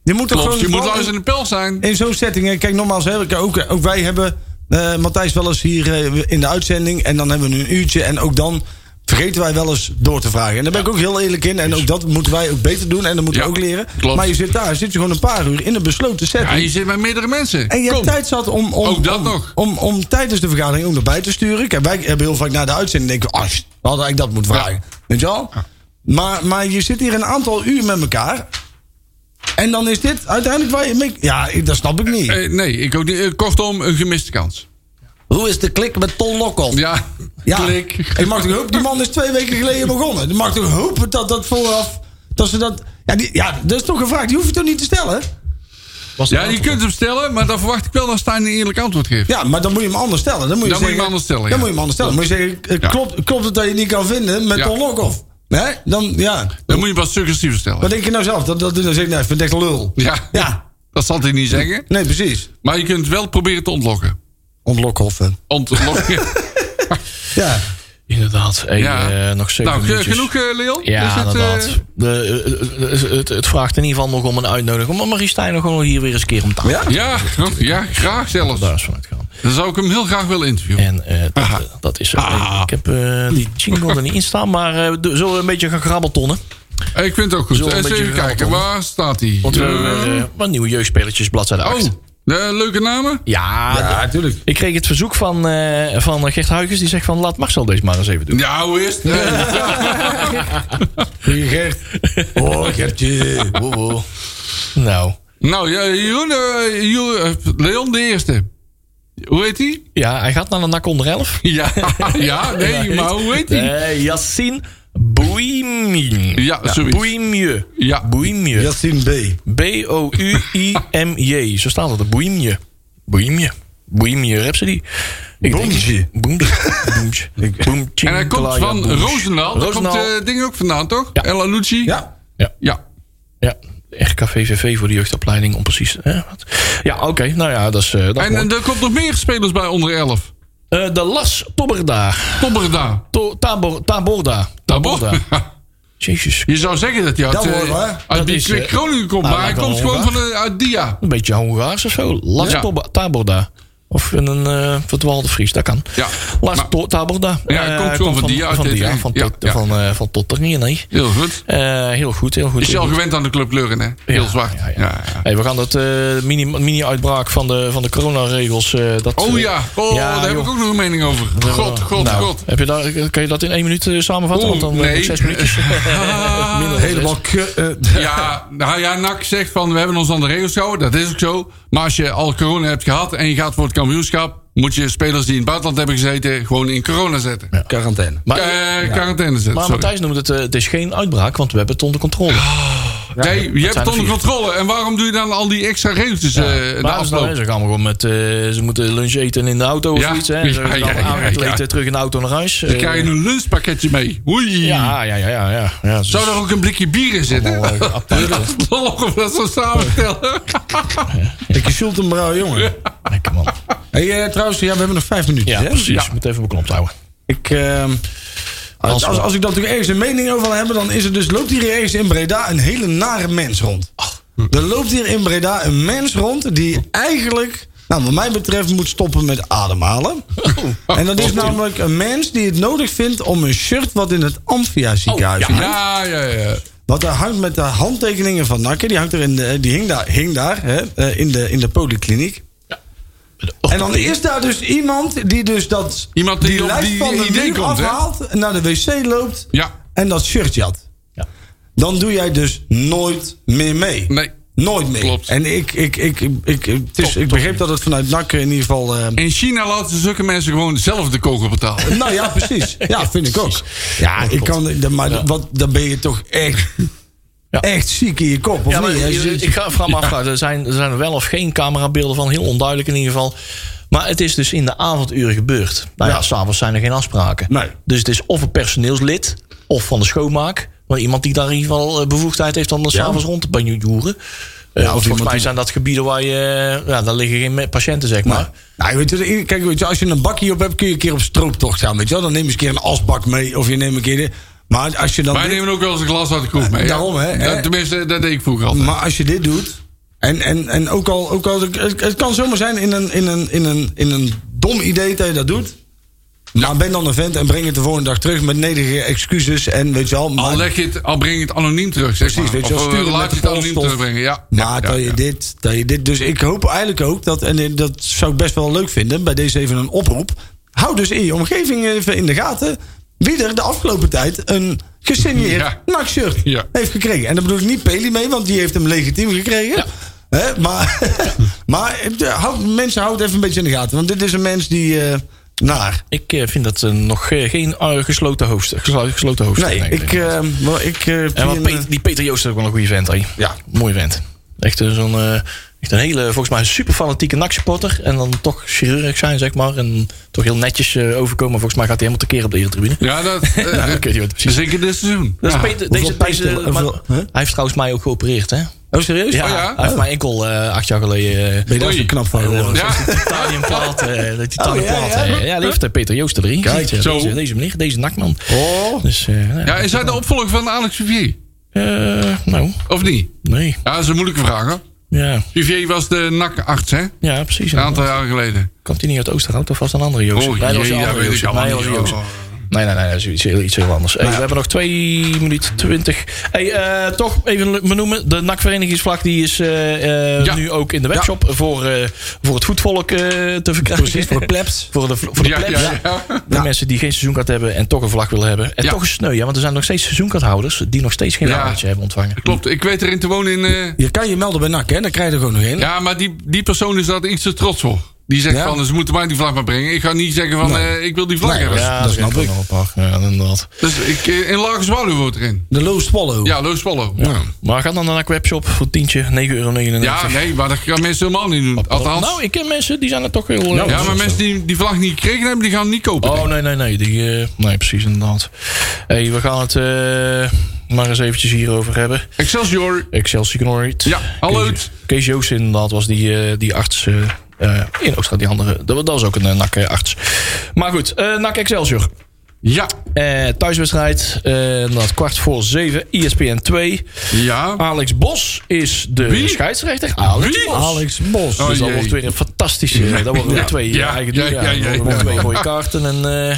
C: Je moet toch
D: Klopt,
C: gewoon
D: je
C: de
D: moet
C: bal-
D: luister in de pels zijn.
C: in zo'n setting, hè, kijk nogmaals, hè, kijk, ook, ook wij hebben eh, Matthijs wel eens hier eh, in de uitzending. En dan hebben we een uurtje. En ook dan vergeten wij wel eens door te vragen. En daar ben ik ook heel eerlijk in. En ook dat moeten wij ook beter doen. En dat moeten we
D: Ja,
C: ook leren.
D: klopt.
C: Maar je zit daar, zit je gewoon een paar uur in een besloten
D: Ja,
C: setting.
D: je zit met meerdere mensen.
C: en je
D: Kom.
C: hebt tijd zat om, om,
D: Ook dat
C: om,
D: nog.
C: Om, om tijdens de vergadering ook naar bij te sturen. Kijk, wij hebben heel vaak na de uitzending denken we, ah, shit, we hadden eigenlijk dat moeten vragen. Weet je wel? Maar, maar je zit hier een aantal uur met elkaar. En dan is dit uiteindelijk waar je mee... Ja, ik- dat snap ik niet.
D: Eh, nee, ik ook niet. Eh, Kortom, een gemiste kans.
C: Hoe is de klik met Ton Lokkel?
D: Ja,
C: Ja,
D: klik.
C: Ik mag toch hopen, die man is twee weken geleden begonnen. Je mag toch hopen dat dat vooraf. Dat ze dat. Ja, die, ja, dat is toch een vraag, die hoef je toch niet te stellen?
E: Was
D: Ja,
E: dat
D: je
E: antwoord?
D: kunt hem stellen, maar dan verwacht ik wel dat Stijn een eerlijk antwoord geeft.
C: Ja, maar dan moet je hem anders stellen. Dan moet je,
D: Dan moet je
C: zeggen-
D: hem anders stellen,
C: Dan
D: ja.
C: moet je hem anders stellen. Dan moet je zeggen: eh,
D: Ja.
C: klopt, klopt het dat je het niet kan vinden met
D: Ja.
C: Ton Lokhoff? Nee? Dan ja.
D: Dan moet je wat suggestiever stellen.
C: Wat denk je nou zelf? Dat, dat, dan zeg ik, nee, ik vind het echt een lul.
D: Ja,
C: Ja.
D: dat zal hij niet zeggen.
C: Nee, precies.
D: Maar je kunt wel proberen te ontlokken.
C: Ontlokhoffen.
D: Ontlokken.
C: Ja.
E: Inderdaad. Hey,
D: Ja.
E: eh, nog zeven
D: nou, ge-
E: minuutjes.
D: genoeg, eh, Leon? Is
E: Ja,
D: het,
E: inderdaad.
D: eh,
E: De, eh, eh, het, het vraagt in ieder geval nog om een uitnodiging. Om Marie Stijn nog gewoon hier weer eens een keer om tafel.
C: Ja?
D: ja, oh, ja, graag zelfs.
E: Daar is vanuit gaan.
D: Dan zou ik hem heel graag willen interviewen.
E: En eh, dat, eh, dat is zo.
D: Ah.
E: Ik heb eh, die jingle er niet in staan, maar eh, de- zullen we een beetje gaan grabbeltonnen?
D: Eh, Ik vind het ook goed.
E: Zullen we
D: Eens
E: een beetje
D: even kijken,
E: rabbelen?
D: waar staat hij?
E: Want we
D: Eh,
E: hebben weer, eh, wat nieuwe jeugdspelertjes, bladzijde 8.
D: oh, de leuke namen?
E: Ja,
C: Ja, natuurlijk.
E: ik kreeg het verzoek van, eh, van Gert Huygens. Die zegt van, laat Marcel deze maar eens even doen.
D: Ja, hoe is het? Eh,
C: Goeie Gert. Oh, Gertje. Wow, wow.
E: Nou,
D: nou, ja, Jeroen, eh, Jeroen, eh, Leon de eerste. Hoe heet hij?
E: ja, hij gaat naar de NAC onder 11.
D: Ja, ja, nee, maar hoe heet hij?
E: Eh, Yassine Bouimie. Nou,
D: Ja, zoiets.
E: Bouimie.
D: Ja.
E: Bouimie.
C: Justin B.
E: B-O-U-I-M-J. Zo staat het. een Boeimje. Boeimje. Boeimje Rhapsody. Ik denk-
C: Boemtje.
E: Boemtje. Boemtje. Boemtje.
D: En hij komt
E: Kalaya,
D: van
E: boems.
D: Roosendaal. Daar komt
E: Roosendaal.
D: eh ding ook vandaan, toch?
E: Ja.
D: El Alucci?
C: Ja.
D: Ja.
E: Ja. RKVVV voor de jeugdopleiding. Om precies... Hè, wat. Ja, oké. Nou ja, dat is... eh, dat
D: En,
E: mooi.
D: en er komt nog meer spelers bij onder 11.
E: Eh, de Las Tobberda.
D: Tobberda.
E: To, tabor, taborda.
D: Tabor.
E: Jezus.
D: Je zou zeggen dat hij uit,
C: Dat
D: eh,
C: hoor, hè?
D: uit
E: Dat
D: die
E: is,
D: Kwik
E: eh,
D: Groningen komt.
E: nou,
D: maar hij
E: dat
D: komt
E: wel,
D: gewoon
E: hoor.
D: van, eh, uit Dia.
E: Een beetje Hongaars of zo. Las
D: Ja.
E: Tob- Taborda. Of in een eh verdwaalde Fries, dat kan.
D: Ja,
E: Las
D: maar-
E: To- Taborda.
D: Ja, hij
E: Eh,
D: komt gewoon van die uit
E: van,
D: dit-
E: Dia, van,
D: ja,
E: tot,
D: ja.
E: van, eh, van Totteringen, nee.
D: Heel goed.
E: Eh, heel goed, heel goed.
D: Is je
E: heel
D: al
E: goed.
D: gewend aan de clubkleuren, hè? Heel
E: Ja,
D: zwart.
E: ja, ja.
D: Ja, ja.
E: Hey, we gaan dat eh, mini- mini-uitbraak van de, van de coronaregels... eh, dat,
D: Oh
E: eh,
D: ja, oh, daar heb
E: joh.
D: ik ook nog een mening over. God, god,
E: Nou,
D: god.
E: Heb je daar, kan je dat in één minuut eh, samenvatten?
D: Oeh,
E: Want dan eh,
D: nee.
E: heb ik zes minuutjes. Minder dan zes.
C: Helemaal ke... eh,
D: Ja, nou ja, NAC zegt van we hebben ons aan de regels gehouden. Dat is ook zo. Maar als je al corona hebt gehad en je gaat voor het kampioenschap... moet je spelers die in het buitenland hebben gezeten gewoon in corona zetten.
C: Quarantaine.
E: Maar,
D: Eh, quarantaine zetten,
E: maar
D: sorry.
E: Matthijs noemde het, eh, het is geen uitbraak, want we hebben het onder controle.
D: Nee, je hebt
E: zijn
D: het
E: er
D: onder
E: vier.
D: controle. En waarom doe je dan al die extra regeltjes eh de
E: Maar ze,
D: afloop?
E: ze gaan gewoon met. eh, ze moeten lunch eten in de auto of
D: Ja,
E: iets. Hè.
D: ja,
E: Ze gaan
D: ja, ja,
E: aangekleed
D: ja.
E: eh, terug in de auto naar huis.
D: Dan
C: eh,
D: krijg je een lunchpakketje mee. Oei.
E: ja, ja, ja, ja, ja. ja dus-
D: Zou er ook een blikje bier in zitten?
E: Allemaal, eh, apart, hè.
D: Dan mogen we dat zo samen tellen.
C: Ik zult een brouw jongen.
E: Lekker man.
C: Hey, eh, trouwens, ja, we hebben nog vijf minuutjes.
E: Ja,
C: hè?
E: precies. Je moet even beknopt houden.
C: Ik, ehm, als, als, als ik dan natuurlijk ergens een mening over wil hebben, dan is het dus: loopt hier ergens in Breda een hele nare mens rond? Hm. Er loopt hier in Breda een mens rond die eigenlijk, nou, wat mij betreft, moet stoppen met ademhalen.
D: Oh,
C: En dat is namelijk een mens die het nodig vindt om een shirt wat in het Amphia ziekenhuis hangt.
D: Oh, Ja, ja, ja.
C: Wat daar hangt met de handtekeningen van Nakke, die, hangt er in de, die hing daar, hing daar hè, eh, in, de, in de polykliniek. En dan is daar dus iemand die dus dat
D: Iemand die op
C: lijst
D: die
C: van de
D: idee
C: muur
D: komt, hè?
C: afhaalt, naar de wc loopt
D: Ja.
C: en dat shirtje had.
E: Ja.
C: Dan doe jij dus nooit meer mee.
D: Nee.
C: Nooit meer.
D: Klopt.
C: En ik, ik, ik, ik, ik, het is, ik begreep dat het vanuit NAC in ieder geval... eh,
D: In China laten ze zulke mensen gewoon zelf de kogel betalen.
C: nou ja, precies. Ja, vind ik ook. Ja, ik kan, de- maar wat, dan ben je toch echt,
E: Ja.
C: echt ziek in je kop, of
E: Ja, maar
C: niet? hè?
E: je- ik ga vooral me afvragen. Er zijn, er zijn wel of geen camerabeelden van. Heel onduidelijk in ieder geval. Maar het is dus in de avonduren gebeurd. Nou ja, s'avonds zijn er geen afspraken.
C: Nee.
E: Dus het is of een personeelslid, of van de schoonmaak. Maar iemand die daar in ieder geval eh, bevoegdheid heeft om er s'avonds rond te banjoeren. Eh of volgens mij zijn dat gebieden waar je... eh, Ja, daar liggen geen me- patiënten, zeg maar.
C: Nou, weet je, kijk, weet je, als je een bakje op hebt, kun je een keer op strooptocht gaan. Weet je wel? Dan neem je eens een keer een asbak mee. Of je neemt een keer. de- maar als je dan.
D: Wij
C: dit-
D: nemen ook wel eens een glas uit de kroeg mee. ja.
C: daarom, hè, hè.
D: Dat- Tenminste, dat deed ik vroeger altijd.
C: Maar als je dit doet. En, en, en ook al. Ook al het, het kan zomaar zijn in een, in, een, in, een, in een dom idee dat je dat doet. Maar ben dan een vent en breng het de volgende dag terug met nederige excuses. En weet je wel. Maar,
D: al, leg je het, al breng je het anoniem terug, zeg maar.
C: Precies, weet je wel,
D: Of, eh,
C: sturen
D: laat je
C: met de
D: het anoniem
C: poststof.
D: terugbrengen. Ja,
C: maar
D: ja,
C: dat,
D: ja,
C: je
D: ja.
C: Dit, dat je dit. Dus ik hoop eigenlijk ook dat. En eh, dat zou ik best wel leuk vinden. Bij deze even een oproep. Hou dus in je omgeving even in de gaten. Wie er de afgelopen tijd een gesigneerd
D: Ja.
C: NAC-shirt
D: Ja.
C: heeft gekregen. En daar bedoel ik niet Peli mee, want die heeft hem legitiem gekregen. Hè, maar maar eh, houd, mensen, houden het even een beetje in de gaten. Want dit is een mens die. eh, naar.
E: Ik eh, vind dat eh, nog eh, geen eh, gesloten hoofdstuk. Gesloten, gesloten hoofdstuk
C: Nee,
E: eigenlijk.
C: ik. eh, wel, ik eh,
E: En wat
C: zie een,
E: Peter- die Peter Joost is ook wel een goede vent. hè.
C: Ja.
E: Mooi vent. Echt eh, zo'n... eh, echt een hele, volgens mij een super fanatieke NAC-supporter. En dan toch chirurg zijn, zeg maar. En toch heel netjes eh, overkomen. Maar volgens mij gaat hij helemaal tekeer op de eretribune.
D: Ja, dat... eh,
E: Ja, ik weet niet wat precies.
D: Zeker dit seizoen.
E: Dat is
D: Ja.
E: Peter, deze,
C: hoeveel
E: deze,
C: pijnpillen-
E: maar-
C: hoeveel- huh?
E: Hij heeft trouwens mij ook geopereerd, hè?
C: oh, serieus?
E: Ja,
D: Oh ja?
E: hij heeft mijn enkel eh, acht jaar geleden...
C: Ben je daar
D: Oei.
C: zo knap van geworden?
D: Ja.
E: Titaniumplaat, eh, de titaniumplaat.
C: Oh, ja,
E: ja,
C: ja.
E: ja. die heeft eh, Peter Joost er drie.
C: Kijk,
E: Deze-
D: zo.
E: Deze, deze meneer, deze nakman.
C: Oh.
E: Dus, eh, nou,
D: Ja, is hij de opvolger van Alex Vivier?
E: eh, nou,
D: Of niet?
E: nee.
D: Ja, dat is een moeilijke vraag, hoor.
E: Ja,
D: Vivier was de NAC-arts, hè?
E: ja precies.
D: Een aantal jaren geleden.
E: Komt hij niet uit Oosterhout? Dat was een andere Joost.
D: Oh,
E: dat was
D: jee,
E: een
D: dat
E: andere
D: weet ik
E: Joost. Nee,
D: allemaal
E: dat was
D: niet.
E: een
D: Nou
E: Joost.
D: Oh.
E: Nee, nee, nee, dat is iets, heel- iets heel anders. Hey, we hebben nog 2 minuten 20. Hey, eh, toch even le- benoemen. De NAC-verenigingsvlag die is eh, eh,
D: Ja.
E: nu ook in de webshop voor, eh, voor het voetvolk eh, te verkrijgen.
C: Precies, voor de plebs.
E: Voor de, voor de
D: Ja,
E: plebs.
D: ja, ja.
E: De mensen die geen seizoenkaart hebben en toch een vlag willen hebben. En
D: Ja.
E: toch een sneu, ja, want er zijn nog steeds seizoenkaarthouders die nog steeds geen
D: Ja.
E: vlaggetje hebben ontvangen.
D: Klopt, ik weet erin te wonen in... eh,
C: Je kan je melden bij NAC, hè? Dan krijg je er gewoon nog één.
D: Ja, maar die, die persoon is daar iets te trots op. Die zegt
C: Ja.
D: van, ze moeten mij die vlag maar brengen. Ik ga niet zeggen van, eh, ik wil die vlag
C: Nee,
D: hebben.
E: Ja,
C: dat
E: er
C: snap
E: zijn
C: ik.
E: er nog een paar. Ja, inderdaad.
D: Dus ik, eh, in Lage Zwaluw wordt erin.
C: De Low Swallow.
D: Ja, Loos Swallow. Ja.
E: Ja. Maar ga dan naar de webshop voor tientje, 9,99 euro.
D: nee, maar dat gaan mensen helemaal niet doen. Althans,
E: Nou, ik ken mensen die zijn er toch heel... eh,
D: ja, maar mensen die die vlag niet gekregen hebben, die gaan hem niet kopen.
E: Oh,
D: denk ik.
E: nee, nee, nee. Die, eh, nee, precies inderdaad. hey, we gaan het eh, maar eens eventjes hierover hebben.
D: Excelsior.
E: Excelsior Norwich.
D: Ja, hallo.
E: Kees, Kees Joost inderdaad was die, eh, die arts eh, eh, in Oogstraat. Die andere, dat, was- dat was ook een NAC-arts. Maar goed, eh NAC Excelsior.
D: Ja.
E: Eh, thuiswedstrijd, eh inderdaad kwart voor zeven, E ESPN 2.
D: Ja.
E: Alex Bos is de
D: Wie?
E: scheidsrechter. Alex
D: Wie?
E: Bos.
C: Alex Bos.
D: Oh,
E: dus dat
D: jee.
E: wordt weer een fantastische. Dat worden weer
D: Ja.
E: twee eh,
D: Ja.
E: eigen
D: Ja,
E: ja,
D: ja, ja,
E: dat worden
D: ja.
E: weer twee rode kaarten en eh,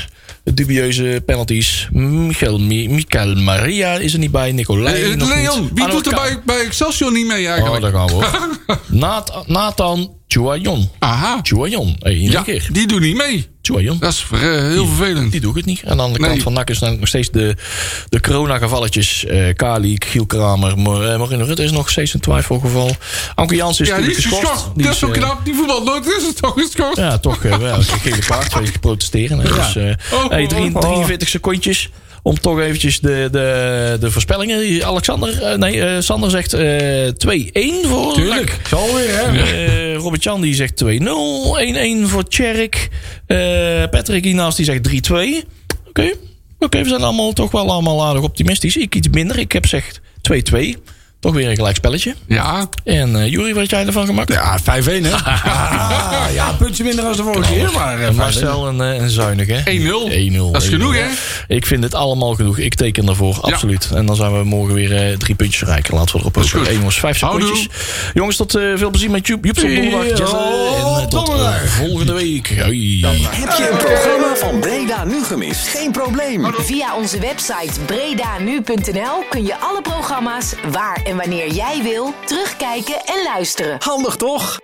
E: dubieuze penalties. Michael, Mi- Michael Maria is er niet bij. Nicolai.
D: Eh,
E: nog
D: Leon,
E: niet.
D: wie
E: Arno
D: doet er
E: Ka-
D: bij, bij Excelsior niet mee
E: Oh,
D: eigenlijk?
E: daar gaan we. hoor. Nat- Nathan Chuayon.
D: Aha.
E: Chuayon. eh, Hey, in één
D: Ja,
E: keer.
D: die doen niet mee.
E: Chuayon.
D: Dat is ver- eh, heel vervelend.
E: Die doe ik het niet. Aan de andere
D: Nee.
E: kant van NAC is dan nog steeds de, de corona-gevalletjes. Eh Kali, Giel Kramer, Mor- eh, Marino Rutte is nog steeds een twijfelgeval. Anke Jansen is
D: Ja, die is
E: natuurlijk geschorst.
D: geschorst.
E: Die
D: Dat is zo
E: eh,
D: knap. Die voetbal nooit is het toch geschorst.
E: Ja, toch eh, wel. Gele paard, twee keer protesteren. Hè. Dus, eh,
D: Oh,
E: hey, drie-
D: oh.
E: 43 secondjes om toch eventjes de, de, de voorspellingen. Die Alexander, eh, nee, eh, Sander zegt eh 2-1 voor
C: Tuurlijk. Zal weer, hè?
E: eh Robert Jan die zegt 2-0. 1-1 voor Tjerk. Eh, Patrick hiernaast die zegt 3-2. Oké. Oké, we zijn allemaal toch wel allemaal aardig optimistisch. Ik iets minder. Ik heb zeg 2-2. Toch weer een gelijk spelletje.
D: Ja.
E: En eh Jury, wat had jij ervan gemaakt?
C: Ja, 5-1, hè? Ah, ja, een puntje minder dan de vorige keer, maar... eh,
E: En
C: 5-1.
E: Marcel en, eh, en Zuinig, hè?
D: 1-0.
E: 1-0.
D: Dat is genoeg,
E: 1-0.
D: hè?
E: Ik vind het allemaal genoeg. Ik teken daarvoor, absoluut. En dan zijn we morgen weer eh, drie puntjes rijker. Laten we erop
D: is
E: houden.
D: goed.
E: Eén jongens, vijf
D: Houdoe.
E: secondjes. Jongens, tot eh, veel plezier met Joep. Joep op donderdag.
C: Ja,
E: Jazz, eh, En eh, tot eh,
C: donderdag.
E: volgende week. Hoi.
D: eh,
B: Heb je een programma van Breda nu gemist? Geen probleem.
A: Via onze website bredanu.nl kun je alle programma's waar en wanneer jij wil terugkijken en luisteren.
B: Handig toch?